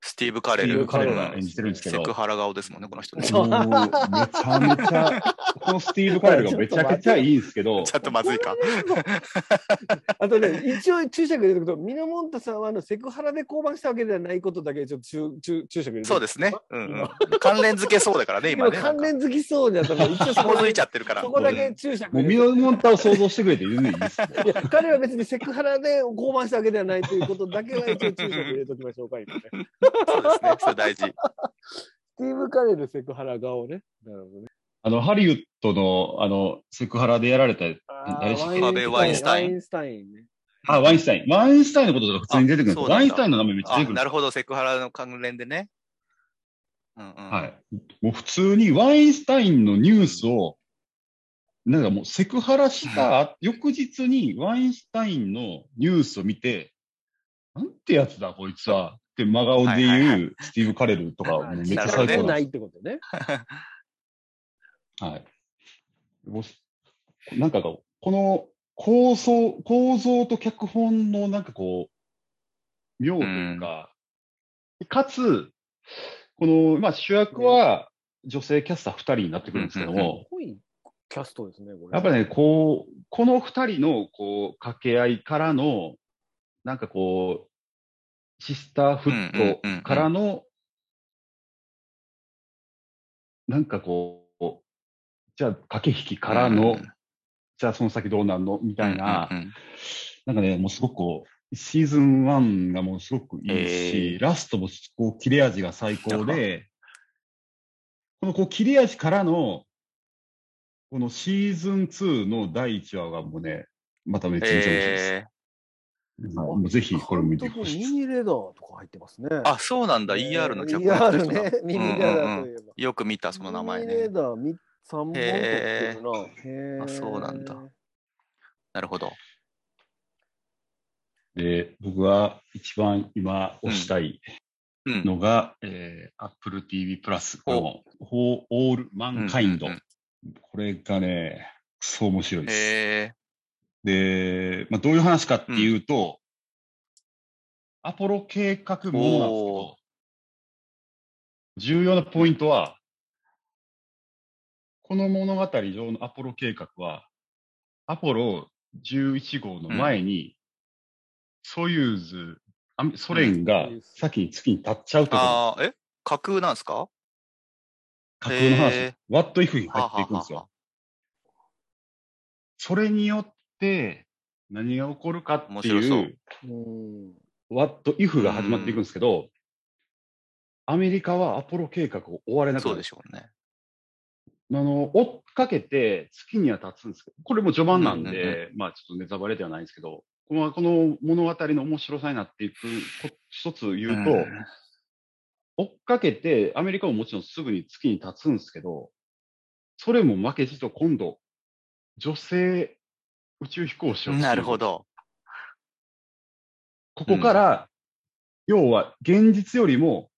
Speaker 1: スティーブ・カレ
Speaker 5: っていう
Speaker 1: ル。
Speaker 5: 彼が
Speaker 1: うん
Speaker 5: 演じてるんですけ
Speaker 1: セ
Speaker 5: ど、
Speaker 1: クハラ顔ですもんね、この人ね。ち
Speaker 5: もうめちゃめちゃ、このスティーブ・カレルがめちゃくちゃいいんで すけど、
Speaker 1: ょっとまずいか。
Speaker 3: あとね、一応注釈入れておくと、ミノモンタさんはあのセクハラで降板したわけではないことだけちょっと注注注釈入れて
Speaker 1: そうですね。うんうん。関連付けそうだからね、
Speaker 3: で
Speaker 1: 今
Speaker 3: も
Speaker 1: ね。
Speaker 3: 関連好きそうだったら、一応そ
Speaker 1: 紐
Speaker 3: こ
Speaker 1: づ
Speaker 3: だ
Speaker 1: いち
Speaker 3: け
Speaker 1: ゃってるから。
Speaker 3: そこだけ注釈
Speaker 5: もう
Speaker 3: 入れ
Speaker 5: ミ
Speaker 3: ておく
Speaker 5: ノモンタを想像してくれて全然いいですね。
Speaker 3: いや彼は別にセクハラで降板したわけではないということだけは一応注釈入れときましょうか、今ね。
Speaker 1: そうですね。それ大事。
Speaker 3: スティーブ・カレルセクハラ顔ね。なるほどね。
Speaker 5: あの、ハリウッドの、あの、セクハラでやられた、
Speaker 3: あ
Speaker 5: 誰
Speaker 3: ー
Speaker 5: でしたっ
Speaker 1: けハーベイワインスタイン
Speaker 3: ワインスタインね。
Speaker 5: あ、ワインスタイン。ワインスタインのこととか普通に出てくる
Speaker 1: あ
Speaker 5: んで
Speaker 1: そう
Speaker 5: す
Speaker 1: なんだ
Speaker 5: ワインスタインの名前めっちゃ
Speaker 1: あ
Speaker 5: 出てくるんで
Speaker 1: な
Speaker 5: す
Speaker 1: るほど、セクハラの関連でね。うんうん。
Speaker 5: はい。もう普通にワインスタインのニュースを、なんかもうセクハラした翌日にワインスタインのニュースを見て、なんてやつだこいつはって真顔で
Speaker 1: はいはいは
Speaker 5: 言うスティーブ・カレルとかもうめっちゃ
Speaker 1: なる
Speaker 5: 最
Speaker 1: ほど
Speaker 5: 高
Speaker 1: ね
Speaker 3: で
Speaker 5: なん
Speaker 3: な
Speaker 5: で
Speaker 3: いってことね。
Speaker 5: す。はい。もうなんかこうこの構想、構造と脚本のなんかこう、妙というか、かつ、この、まあ主役は女性キャスター2人になってくるんですけど
Speaker 1: う
Speaker 5: も、
Speaker 1: んうんう
Speaker 3: 濃いキャストですね、これ。
Speaker 5: やっぱね、こう、この二人の、こう、掛け合いからの、なんかこう、シスターフットからの、なんかこう、じゃあ、駆け引きからの、
Speaker 1: うん
Speaker 5: じゃあその先どうなんのみたいな、
Speaker 1: うんうんうん
Speaker 5: なんかね、もうすごくこう、シーズン1がもうすごくいいし、
Speaker 1: えー
Speaker 5: ラストもこう切れ味が最高で、このこう切れ味からの、このシーズン2の第1話がもうね、まためっちゃめちゃ面白いです。
Speaker 1: えー
Speaker 5: はいもうぜひこれも見て
Speaker 3: 監
Speaker 5: ほ
Speaker 3: 督
Speaker 5: しい
Speaker 3: ミ
Speaker 5: です。
Speaker 3: ニレーダーとか入ってますね。
Speaker 1: あ、そうなんだ。ER の脚本やってる
Speaker 3: ER
Speaker 1: 人だ
Speaker 3: ね。ミニレーダーといえば。
Speaker 1: よく見た、その名前
Speaker 3: ミニレ
Speaker 1: ね
Speaker 3: ー。ダー3本取ってるな。へー
Speaker 1: あそうなんだなるほど。
Speaker 5: で、僕は一番今推したい
Speaker 1: うん。
Speaker 5: のが、えー、Apple TV プラスの For All Mankind、
Speaker 1: うんうん
Speaker 5: これがね、そう面白いです。
Speaker 1: へえ。
Speaker 5: で、まあ、どういう話かっていうと、アポロ計画ものなんですけ
Speaker 1: おー
Speaker 5: ど、重要なポイントは、この物語上のアポロ計画は、アポロ11号の前に、ソユーズ、アメソ連が先に月に立っちゃうところ、
Speaker 1: ああ、え架空なんですか
Speaker 5: 架空の話、
Speaker 1: へー
Speaker 5: What if に入っていくんで
Speaker 1: はははは
Speaker 5: すよ。それによって、何が起こるかって
Speaker 1: 面白そ
Speaker 5: いう
Speaker 1: う、
Speaker 3: うん。
Speaker 5: What if が始まっていくんですけど、アメリカはアポロ計画を追われなくな
Speaker 1: そう
Speaker 5: る
Speaker 1: でしょうね。
Speaker 5: あの追っかけて月には立つんですけど、これも序盤なんで、
Speaker 1: うんうん
Speaker 5: まあちょっとネタバレではないんですけど、このこの物語の面白さになっていくこ一つ言うと、
Speaker 1: うん
Speaker 5: 追っかけて、アメリカももちろんすぐに月に立つんですけど、それも負けじと今度、女性宇宙飛行士を作
Speaker 1: なるほ。ど。
Speaker 5: ここから、要は現実よりも、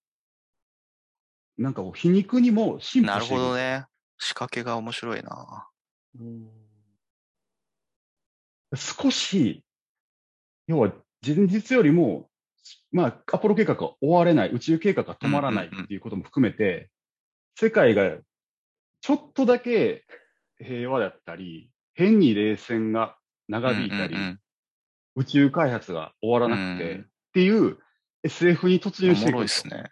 Speaker 5: なんかこう皮肉にも進
Speaker 1: な
Speaker 5: 歩
Speaker 1: る
Speaker 5: してい
Speaker 1: ほ
Speaker 5: く。
Speaker 1: どね。仕掛けが面白いな。
Speaker 3: うん
Speaker 5: 少し、要は現実よりも、まあ、アポロ計画が終われない、宇宙計画が止まらない
Speaker 1: うんうんうん
Speaker 5: っていうことも含めて、世界がちょっとだけ平和だったり、変に冷戦が長引いたり、
Speaker 1: うんうんうん
Speaker 5: 宇宙開発が終わらなくて、
Speaker 1: うん
Speaker 5: っていう SF に突入
Speaker 1: お
Speaker 5: し
Speaker 1: も
Speaker 5: ていくん
Speaker 1: ろいで
Speaker 5: で
Speaker 1: す
Speaker 5: よ
Speaker 1: すね。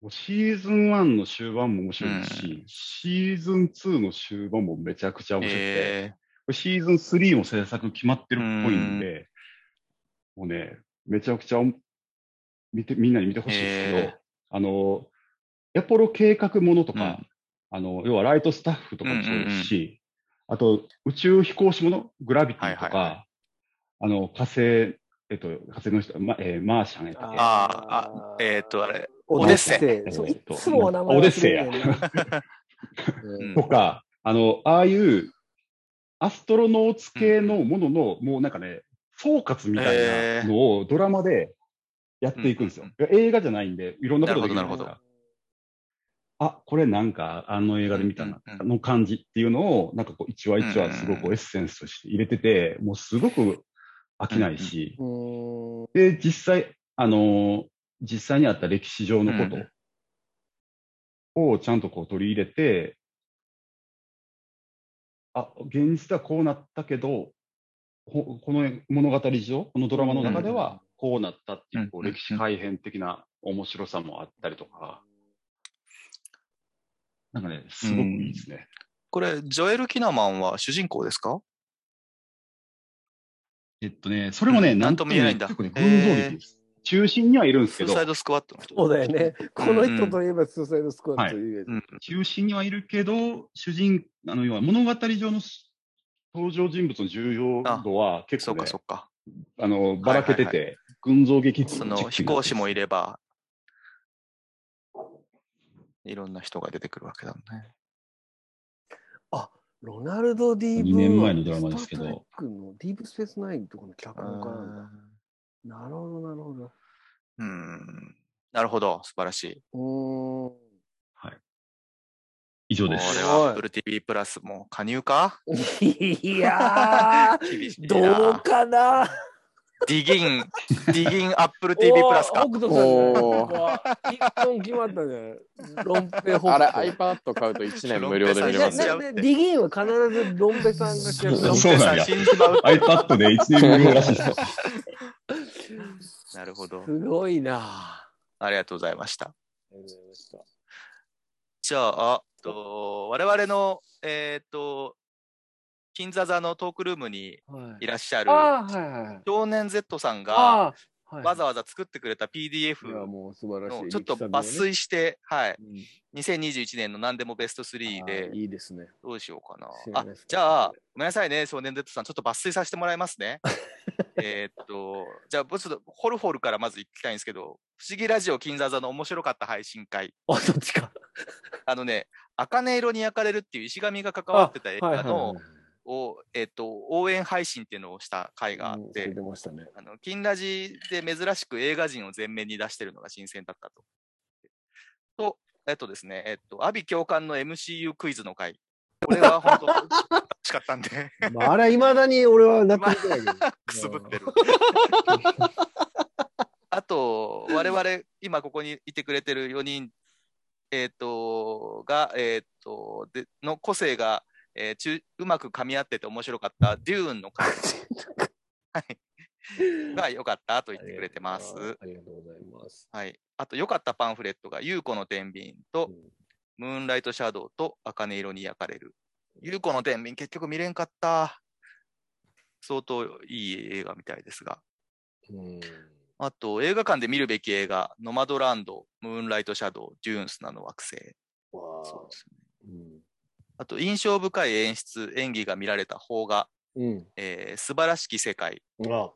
Speaker 5: もうシーズン1の終盤も面白いですし、シーズン2の終盤もめちゃくちゃ面白くて、
Speaker 1: え
Speaker 5: シーズン3も制作決まってるっぽいんで、もうね、めちゃくちゃお見てみんなに見てほしいですけど、
Speaker 1: へー
Speaker 5: あの、ヤポロ計画ものと
Speaker 1: う
Speaker 5: か
Speaker 1: ん、
Speaker 5: あの、要はライトスタッフとかもそうですし、あと宇宙飛行士もの、グラビティとか、
Speaker 1: はいはいは
Speaker 5: あの、火星、えっと、火星の人、まえーマーシャンやったっけ
Speaker 1: あーあえーっとあれ、
Speaker 3: オデッセ
Speaker 5: オデ
Speaker 3: イ。
Speaker 5: ッセイ
Speaker 3: そう、
Speaker 5: えー
Speaker 3: い
Speaker 5: っと
Speaker 3: つも名前忘れてんだよね。
Speaker 1: うん
Speaker 5: とか、あの、ああいうアストロノーツ系のものの、もうなんかね、総括みたいなのをドラマでやっていくんですよ。映画じゃないんで、いろんなことができる
Speaker 1: なるほどなる
Speaker 5: ほど。あ、これなんかあの映画で見たな、
Speaker 1: うんうんう
Speaker 5: の感じっていうのを、なんかこう一話一話すご
Speaker 1: うんうんう
Speaker 5: く
Speaker 1: ん
Speaker 5: エッセンスとして入れてて、もうすごく飽きないし、
Speaker 3: うん。
Speaker 5: で、実際、あのー実際にあった歴史上のことをちゃんとこう取り入れて、あ、現実ではこうなったけど、ここの物語上、このドラマの中ではこうなったっていう、こ
Speaker 1: う
Speaker 5: うん
Speaker 1: うん
Speaker 5: 歴史改変的な面白さもあったりとか、なんかね、すごくいいですね。
Speaker 1: これ、ジョエル・キナマンは主人公ですか
Speaker 5: えっとね、それもね、
Speaker 1: うん
Speaker 5: なんとも言えない
Speaker 1: なんと
Speaker 5: 結
Speaker 1: も
Speaker 5: 構ね、
Speaker 1: 言え
Speaker 5: 群
Speaker 1: ないんだ
Speaker 5: 像劇です。中心にはいるんです
Speaker 1: ス
Speaker 5: け
Speaker 1: ー
Speaker 5: ど
Speaker 1: サ、イド・スクワットの人。
Speaker 3: そうだよね。この人
Speaker 1: うん
Speaker 3: といえばスーサイドスクワットというイメージ
Speaker 1: うん
Speaker 5: 中心にはいるけど、主人、あの要は物語上のし登場人物の重要度は結
Speaker 1: そ
Speaker 5: 構、
Speaker 1: う
Speaker 5: ね
Speaker 1: か、そうか。
Speaker 5: あのばらけてて、群像劇
Speaker 1: その飛行士もい
Speaker 5: る。
Speaker 1: れば、いろんな人が出てくるわけだもんね。
Speaker 3: ロナルド・ディーブ・
Speaker 5: 二年前のドラマですけど
Speaker 3: スタートレックのディープ・スペース・ナインとこの脚本家なんだ。なるほど、なるほど。
Speaker 1: うん。なるほど、素晴らしい。
Speaker 3: うーん。
Speaker 5: 以上
Speaker 1: これ
Speaker 5: です。
Speaker 1: は Apple TV プラスも加入か
Speaker 3: いやー、
Speaker 1: 厳しいな
Speaker 3: どうかな
Speaker 1: ディギン、ディギン Apple TV プラスか
Speaker 3: お。ー北斗さんじ
Speaker 4: お
Speaker 3: ゃないここは一本決まったじゃない。ロンペ北斗。
Speaker 4: あ れ、iPad 買うと1年無料で見れます
Speaker 1: いや
Speaker 4: よ。
Speaker 1: いや
Speaker 3: でディギンは必ずロンペさんが主役
Speaker 5: そうそうなんや
Speaker 1: 死んじまう
Speaker 5: iPad で1年無料らしいですよ。
Speaker 1: なるほど。
Speaker 3: すごいな
Speaker 1: ありがとうございました。
Speaker 3: ありがとうございました
Speaker 1: じゃあ、あと我々の、えっ、と、金座座のトークルームに
Speaker 3: はい
Speaker 1: いらっしゃる
Speaker 3: ああ、はいはいはい。
Speaker 1: 少年 Z さんが、
Speaker 3: ああ、はい
Speaker 1: わざわざ作ってくれた PDF
Speaker 3: いや、もう素晴らし
Speaker 1: の
Speaker 3: い。
Speaker 1: ちょっと
Speaker 3: 力作をね
Speaker 1: 抜、粋して、はい、
Speaker 3: うん
Speaker 1: 2021年の何でもベスト3で
Speaker 3: あー、いいですね。
Speaker 1: どうしようかな
Speaker 3: 知。ら
Speaker 1: あ
Speaker 3: ないです、か
Speaker 1: じゃあ、ごめんなさいね、少年 Z さん。ちょっと抜粋させてもらいます ね。えーっと、じゃあ、ちょっと、ホルホルからまず聞きたいんですけど、不思議ラジオ金座座の面白かった配信会。
Speaker 3: あ、そっちか。
Speaker 1: あのね、茜色に焼かれるっていう石神が関わってた映
Speaker 3: はい
Speaker 1: 画
Speaker 3: はい
Speaker 1: の
Speaker 3: は、
Speaker 1: を、えーっと、応援配信っていうのをした回
Speaker 3: い。
Speaker 1: があっ
Speaker 3: う
Speaker 1: て
Speaker 3: ん、出ましたね。
Speaker 1: あの、金ラジで珍しく映画人を前面に出してるのが新鮮だったと。と、えっとですね、えっと、阿ビ教官の MCU クイズの回。これは本当、楽しかったんで、
Speaker 3: まあ、あれはいまだに俺は納得できないけど。
Speaker 1: くすぶってる。あと、我々、今ここにいてくれてる4人、えっと、が、えっと、で、の個性が、えー中うまく噛み合ってて面白かった、デューンの回が良かったと言ってくれてます。
Speaker 3: ありがとうございます。
Speaker 1: はい。あと、良かったパンフレットが、ゆうこの天秤と、ムーンライトシャドウと、茜色に焼かれる。ゆうこの天秤、結局見れんかった。相当いい映画みたいですが。
Speaker 3: うん。
Speaker 1: あと、映画館で見るべき映画、ノマドランド、ムーンライトシャドウ、デューン砂の惑星。
Speaker 3: わ
Speaker 1: そう
Speaker 3: あ
Speaker 1: ですね。
Speaker 3: うん
Speaker 1: あと、印象深い演出、演技が見られた邦画、
Speaker 3: うん。
Speaker 1: えー素晴らしき世界、
Speaker 3: あ、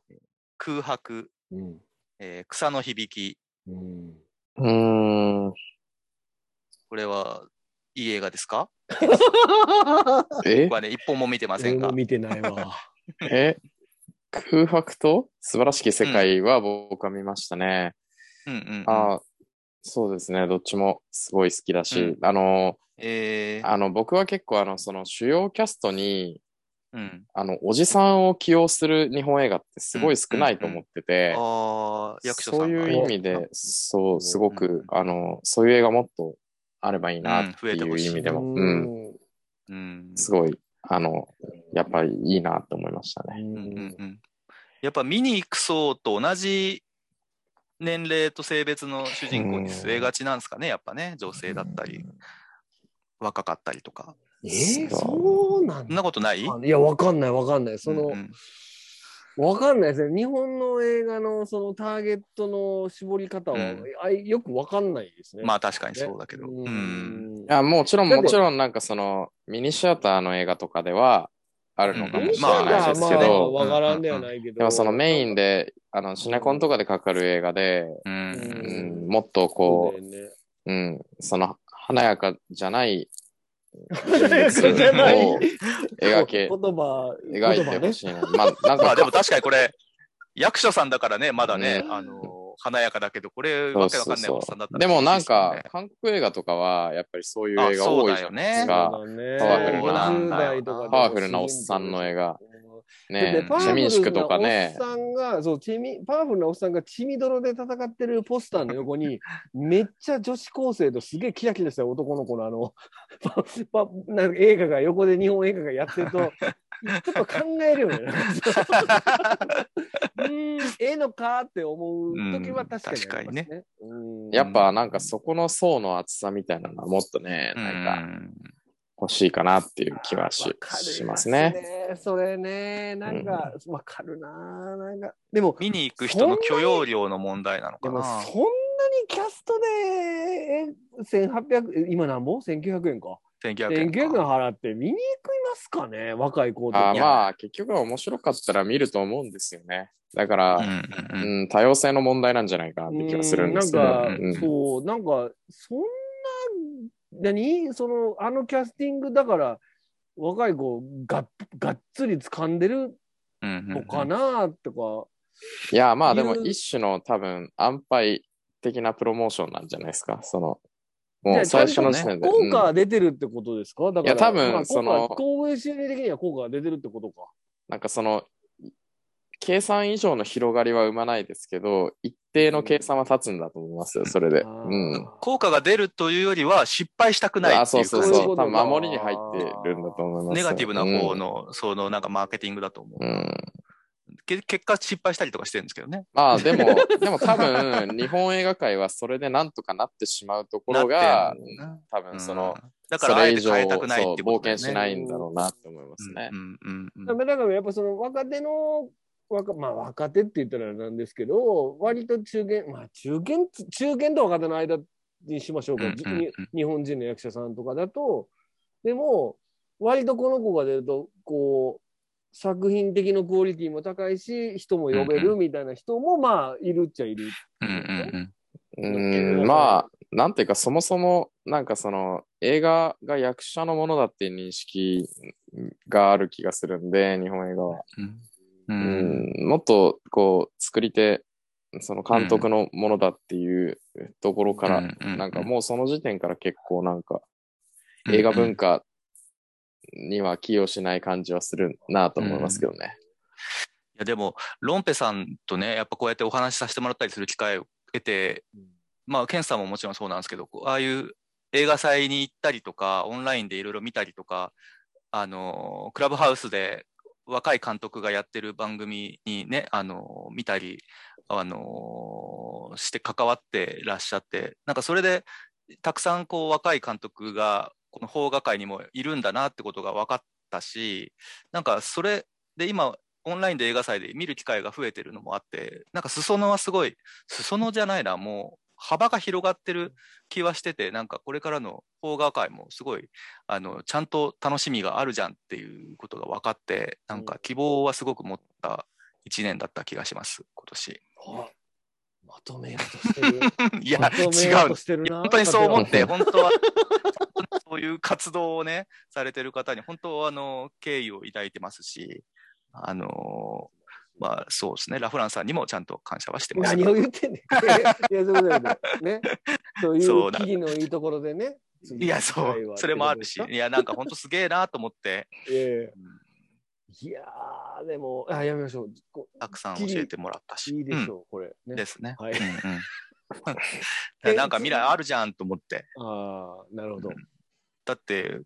Speaker 1: 空白、
Speaker 3: うん。
Speaker 1: えー草の響き。
Speaker 3: うん。
Speaker 4: うーん。
Speaker 1: これは、いい映画ですか
Speaker 4: え
Speaker 1: 僕はね、一本も見てませ
Speaker 3: 俺
Speaker 1: んが
Speaker 3: も。見てない わ。
Speaker 4: え空白と素晴らしき世界は僕は見ましたね。
Speaker 1: うんうん、うん。
Speaker 4: ああ、そうですね。どっちもすごい好きだし、
Speaker 1: う
Speaker 4: あの、
Speaker 1: えー、
Speaker 4: あの、僕は結構あの、その主要キャストに、
Speaker 1: うん。
Speaker 4: あの、おじさんを起用する日本映画ってすごい少ないと思ってて、
Speaker 1: ああ、役所さん
Speaker 4: そういう意味
Speaker 1: う
Speaker 4: で
Speaker 1: ん、
Speaker 4: そう、すご
Speaker 1: うんうん
Speaker 4: く、あの、そういう映画もっとあればいいなっ
Speaker 1: う
Speaker 4: て
Speaker 1: ん増えて
Speaker 4: い
Speaker 1: ほ
Speaker 4: う
Speaker 1: しい
Speaker 4: 意味で
Speaker 3: う
Speaker 4: も、うん、
Speaker 3: ん。
Speaker 1: うん。
Speaker 4: すごい、あの、やっぱりいいなって思いましたね。
Speaker 1: うんうんうんやっぱ見に行くそうと同じ年齢と性別の主人公に据えがちなんですかね、やっぱね、女性だったり、若かったりとか。
Speaker 3: え
Speaker 4: そう
Speaker 3: ー、そうな
Speaker 1: そ
Speaker 3: ん
Speaker 1: んな
Speaker 3: だ。
Speaker 1: ことない
Speaker 3: いや、わかんない、わかんない。その、
Speaker 1: う
Speaker 3: わ
Speaker 1: ん、うん
Speaker 3: かんないですね。日本の映画の、その、ターゲットの絞り方は、
Speaker 1: うん
Speaker 3: あいよくわかんないですね。
Speaker 1: ま
Speaker 3: あ、
Speaker 1: あ確かにそうだけど。うん。
Speaker 4: いや、もちろん、
Speaker 3: だって
Speaker 4: もちろん、なんかその、ミニシアターの映画とかではあるのか
Speaker 1: うん
Speaker 4: もし
Speaker 1: まあ
Speaker 4: れないです
Speaker 1: ま
Speaker 4: け
Speaker 1: あ
Speaker 4: ど、
Speaker 3: わからんではないけど。
Speaker 4: でもそのメインで、あの、シネコンとかでかかる映画で、
Speaker 1: う。
Speaker 4: うんん、もっとこ
Speaker 3: そうだよね
Speaker 4: う、うん、その、華やかじゃない、
Speaker 3: それじゃない
Speaker 4: を描け
Speaker 3: 言、葉、
Speaker 4: 描いてほ しいな。まあ、なん
Speaker 1: まあ
Speaker 4: か
Speaker 1: でも確かにこれ、役所さんだからね、まだね、
Speaker 4: うん
Speaker 1: あの、華やかだけど、これ、
Speaker 4: そ
Speaker 1: わ
Speaker 4: う
Speaker 1: けわ
Speaker 4: そ
Speaker 1: か
Speaker 4: うん
Speaker 1: ないおっさ
Speaker 4: そ
Speaker 1: んだった
Speaker 4: う。
Speaker 1: ら
Speaker 4: でもなんか
Speaker 1: 厳しいで、
Speaker 4: 韓国映画とかは、やっぱりそういう
Speaker 1: あ
Speaker 4: 映画多い
Speaker 1: そうだ
Speaker 4: じ
Speaker 1: よ
Speaker 4: ゃ
Speaker 1: ね
Speaker 4: ないで
Speaker 3: 言
Speaker 4: すか。
Speaker 3: 葉ね。
Speaker 4: パワフルな
Speaker 3: 20代とかでも
Speaker 4: パワフルなおっさんの映画。
Speaker 3: で
Speaker 4: ね
Speaker 3: パワ
Speaker 4: チ
Speaker 3: フ
Speaker 4: ェ
Speaker 3: ル
Speaker 4: ミ
Speaker 3: な
Speaker 4: ンシクとかね
Speaker 3: おっ。さんが、そう、チェミ、パワフルなおっさんが血みどろで戦ってるポスターの横 に、めっちゃ女子高生とすげえキラキラした男の子のあの、 パパなんか映画が横で日本映画がやってると、ちょっと考えるよ ね。うーん、ええのかって思う時は確かにありますね。うん
Speaker 4: やっぱなんかそこの層の厚さみたいなのはもっとね、
Speaker 1: う
Speaker 4: なんか
Speaker 1: ん。
Speaker 4: 欲しいかなっていう気は
Speaker 3: わ
Speaker 4: し
Speaker 3: かる
Speaker 4: しますね。。
Speaker 3: それね、なんか、わかるなぁなんか、でも、
Speaker 1: 見に行く人の許容量の問題なの
Speaker 3: で
Speaker 1: か
Speaker 3: も、
Speaker 1: な。
Speaker 3: そんなにキャストで、え1800、え今なんぼ ?1900 円か。
Speaker 1: 1900
Speaker 3: 1900円
Speaker 1: 円か。
Speaker 3: 払って見に行きますかね若い子とか。
Speaker 4: あーまあ結局は面白かったら見ると思うんですよね。だから、
Speaker 1: うん
Speaker 4: う
Speaker 1: うんうん
Speaker 4: ん多様性の問題なんじゃないかなっ
Speaker 3: う
Speaker 4: て
Speaker 3: ん
Speaker 4: 気がするんで
Speaker 3: なん
Speaker 4: すけど。
Speaker 3: か、
Speaker 4: うん
Speaker 3: そう、なんか、そんな、何その、あのキャスティングだから、若い子が、がっつり掴んでる
Speaker 1: うんうんう
Speaker 3: の
Speaker 1: ん
Speaker 3: かなとか、
Speaker 4: いや、まあでも
Speaker 3: いう
Speaker 4: 一種の多分安牌的なプロモーションなんじゃないですか。その、
Speaker 3: じ
Speaker 4: も
Speaker 3: ゃあ
Speaker 4: う最初の時
Speaker 1: ちゃ
Speaker 4: 点で。
Speaker 3: 効果
Speaker 4: う
Speaker 3: は
Speaker 4: ん
Speaker 3: 出てるってことですかだから、
Speaker 4: いや多分
Speaker 3: まあ
Speaker 4: そ
Speaker 3: 効
Speaker 4: の
Speaker 3: 果公演収入的には効果が出てるってことか。
Speaker 4: なんかその、計算以上の広がりは生まないですけど、一定の計算は立つんだと思いますよ、それで。
Speaker 3: あー
Speaker 4: うん。
Speaker 1: 効果が出るというよりは失敗したくないってい
Speaker 4: あ
Speaker 1: う
Speaker 4: そうそう
Speaker 1: 感
Speaker 3: そうい
Speaker 4: そうう。
Speaker 3: こ
Speaker 4: 多
Speaker 3: と
Speaker 4: 分
Speaker 3: か
Speaker 4: 守りに入ってるんだと思い
Speaker 1: じネガ
Speaker 4: ますよ。
Speaker 1: ティブな方の、そのなんかマーケティングだと思う、
Speaker 4: うん。うん
Speaker 1: け結果失敗したりとかしてるんですけどね。
Speaker 4: まあで も、でも多分、日本映画界はそれでなんとかなってしまうところ
Speaker 1: なっ
Speaker 4: が
Speaker 1: て、んだな
Speaker 4: 多
Speaker 1: うん
Speaker 4: 分その、
Speaker 1: だからあえて
Speaker 4: それ
Speaker 1: 変え
Speaker 4: 以上
Speaker 1: たくないっていうことだよね。
Speaker 4: そう冒険しないんだろうなって思いますね。
Speaker 1: うんうんうんうん
Speaker 3: だからだからやっぱその若手の若まあ、若手って言ったらなんですけど、割と中堅、まあ、中堅っつ、中堅と若手の間にしましょうか、
Speaker 1: うんうんうん
Speaker 3: に日本人の役者さんとかだと、でも、割とこの子が出ると、こう、作品的なクオリティも高いし、人も呼べ
Speaker 1: うん
Speaker 3: るみたいな人も、まあ、いるっちゃいる。
Speaker 1: うんうん
Speaker 4: うーん、まあ、なんていうか、そもそも、なんかその、映画が役者のものだっていう認識がある気がするんで、日本映画は。
Speaker 1: うんう
Speaker 4: うんん、もっと、こう、作り手、その監督のものだっていうところから、
Speaker 1: うんうんうん
Speaker 4: なんかもうその時点から結構なんか、映画文化には寄与しない感じはするなと思いますけどね。
Speaker 1: いやでもロンペさんとねやっぱこうやってお話しさせてもらったりする機会を得て、まあケンさんももちろんそうなんですけどこうああいう映画祭に行ったりとかオンラインでいろいろ見たりとかあのクラブハウスで若い監督がやってる番組にねあの見たりあのして関わってらっしゃってなんかそれでたくさんこう若い監督がこの邦画界にもいるんだなってことが分かったしなんかそれで今オンラインで映画祭で見る機会が増えてるのもあって、なんか裾野はすごい、裾野じゃないな、もう幅が広がってる気はしてて、なんかこれからの邦画界もすごい、あの、ちゃんと楽しみがあるじゃんっていうことが分かって、なんか希望はすごく持った一年だった気がします、今年。
Speaker 3: まとめようとしてる。
Speaker 1: いや、
Speaker 3: まとめ
Speaker 1: 違
Speaker 3: よ
Speaker 1: う
Speaker 3: うとしてる
Speaker 1: いや
Speaker 3: な。
Speaker 1: 本当にそう思っ
Speaker 3: 立
Speaker 1: て、
Speaker 3: 山
Speaker 1: 本当は、そういう活動をね、されてる方に、本当、あの、敬意を抱いてますし、あの、まあ、そうですね、ラフランさんにもちゃんと感謝はしてます。
Speaker 3: 何を言ってんねん。い やいや、そういうことだよね。ね。そうい
Speaker 1: そう
Speaker 3: う
Speaker 1: なん
Speaker 3: 機
Speaker 1: です
Speaker 3: 器のいいところでね。
Speaker 1: いや、そ
Speaker 3: 会
Speaker 1: う、
Speaker 3: 話
Speaker 1: それもあるし
Speaker 3: っ、て
Speaker 1: いや、なんか本当すげえなと思って、
Speaker 3: ことですかいやいやー、でも、あ、やめましょう。こ
Speaker 1: たくさん教えてもらったし。
Speaker 3: いいでし
Speaker 1: う
Speaker 3: ょう、これ。
Speaker 1: ん
Speaker 3: ね
Speaker 1: で。すね。
Speaker 3: はい
Speaker 1: うんうんなん か未来あるじゃんと思って。
Speaker 3: ああ、なるほど。
Speaker 1: だって、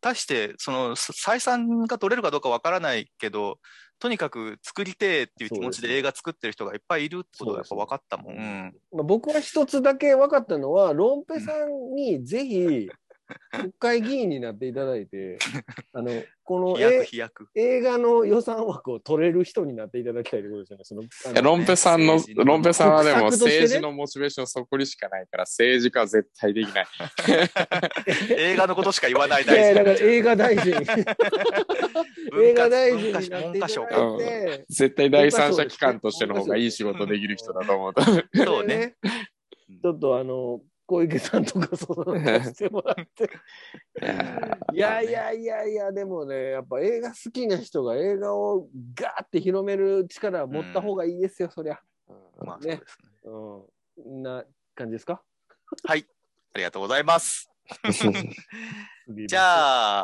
Speaker 1: 対して、その、さ採算が取れるかどうかわからないけど、とにかく作りてえっていう気持ち
Speaker 3: そうです
Speaker 1: で
Speaker 3: ね
Speaker 1: 映画作ってる人がいっぱいいるってことがやっぱ分かったもん。
Speaker 3: まあ、僕は一つだけ分かったのは、ロンペさんにぜひ、国会議員になっていただい て、あの、こ
Speaker 1: うん
Speaker 3: の
Speaker 1: 飛躍
Speaker 3: え
Speaker 1: 飛躍。
Speaker 3: 映画の予算枠を取れる人になっていただきたいということですよね。そのあ
Speaker 4: い
Speaker 3: の
Speaker 4: やロンペさんの
Speaker 1: 政治、の
Speaker 4: ロンペさんはでも
Speaker 3: 国策としてね
Speaker 4: 政治のモチベーションそこにしかないから、政治家は絶対できない。
Speaker 1: 映画のことしか言わない
Speaker 3: いやいや
Speaker 1: 大
Speaker 3: だ
Speaker 1: 臣。
Speaker 3: から映画大臣。映画大臣にな
Speaker 1: 文
Speaker 3: って
Speaker 1: 化文
Speaker 3: いた
Speaker 1: 化省
Speaker 4: か
Speaker 1: か。
Speaker 3: だいて、
Speaker 4: 絶対第三者機関としての方がいい仕事できる人だと思うと。
Speaker 1: そうね。。
Speaker 3: ちょっとあの、小池さんとかそうしても らって。いやいやいやいや、でもね、やっぱ映画好きな人が映画をガーって広める力を持った方がいいですよ、そりゃ。
Speaker 1: まあそうです
Speaker 3: ね
Speaker 1: ね。
Speaker 3: うん。な感じですか
Speaker 1: ありがとうございます。じ
Speaker 3: あ。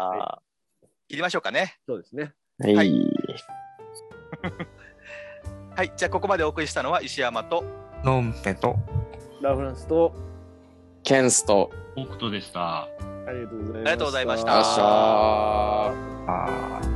Speaker 1: ゃあ、切りましょうかね。
Speaker 3: そうですね。
Speaker 1: は
Speaker 4: はいい。
Speaker 1: はい。じゃあ、ここまでお送りしたのは石山と、
Speaker 2: ロンペと、
Speaker 3: ラフランスと、
Speaker 4: ケンスと、
Speaker 5: 北斗でした。
Speaker 3: ありがとうございました。
Speaker 1: ありがとうございまし
Speaker 4: あ
Speaker 1: た
Speaker 4: っしゃ
Speaker 2: あ
Speaker 4: ー。
Speaker 2: ー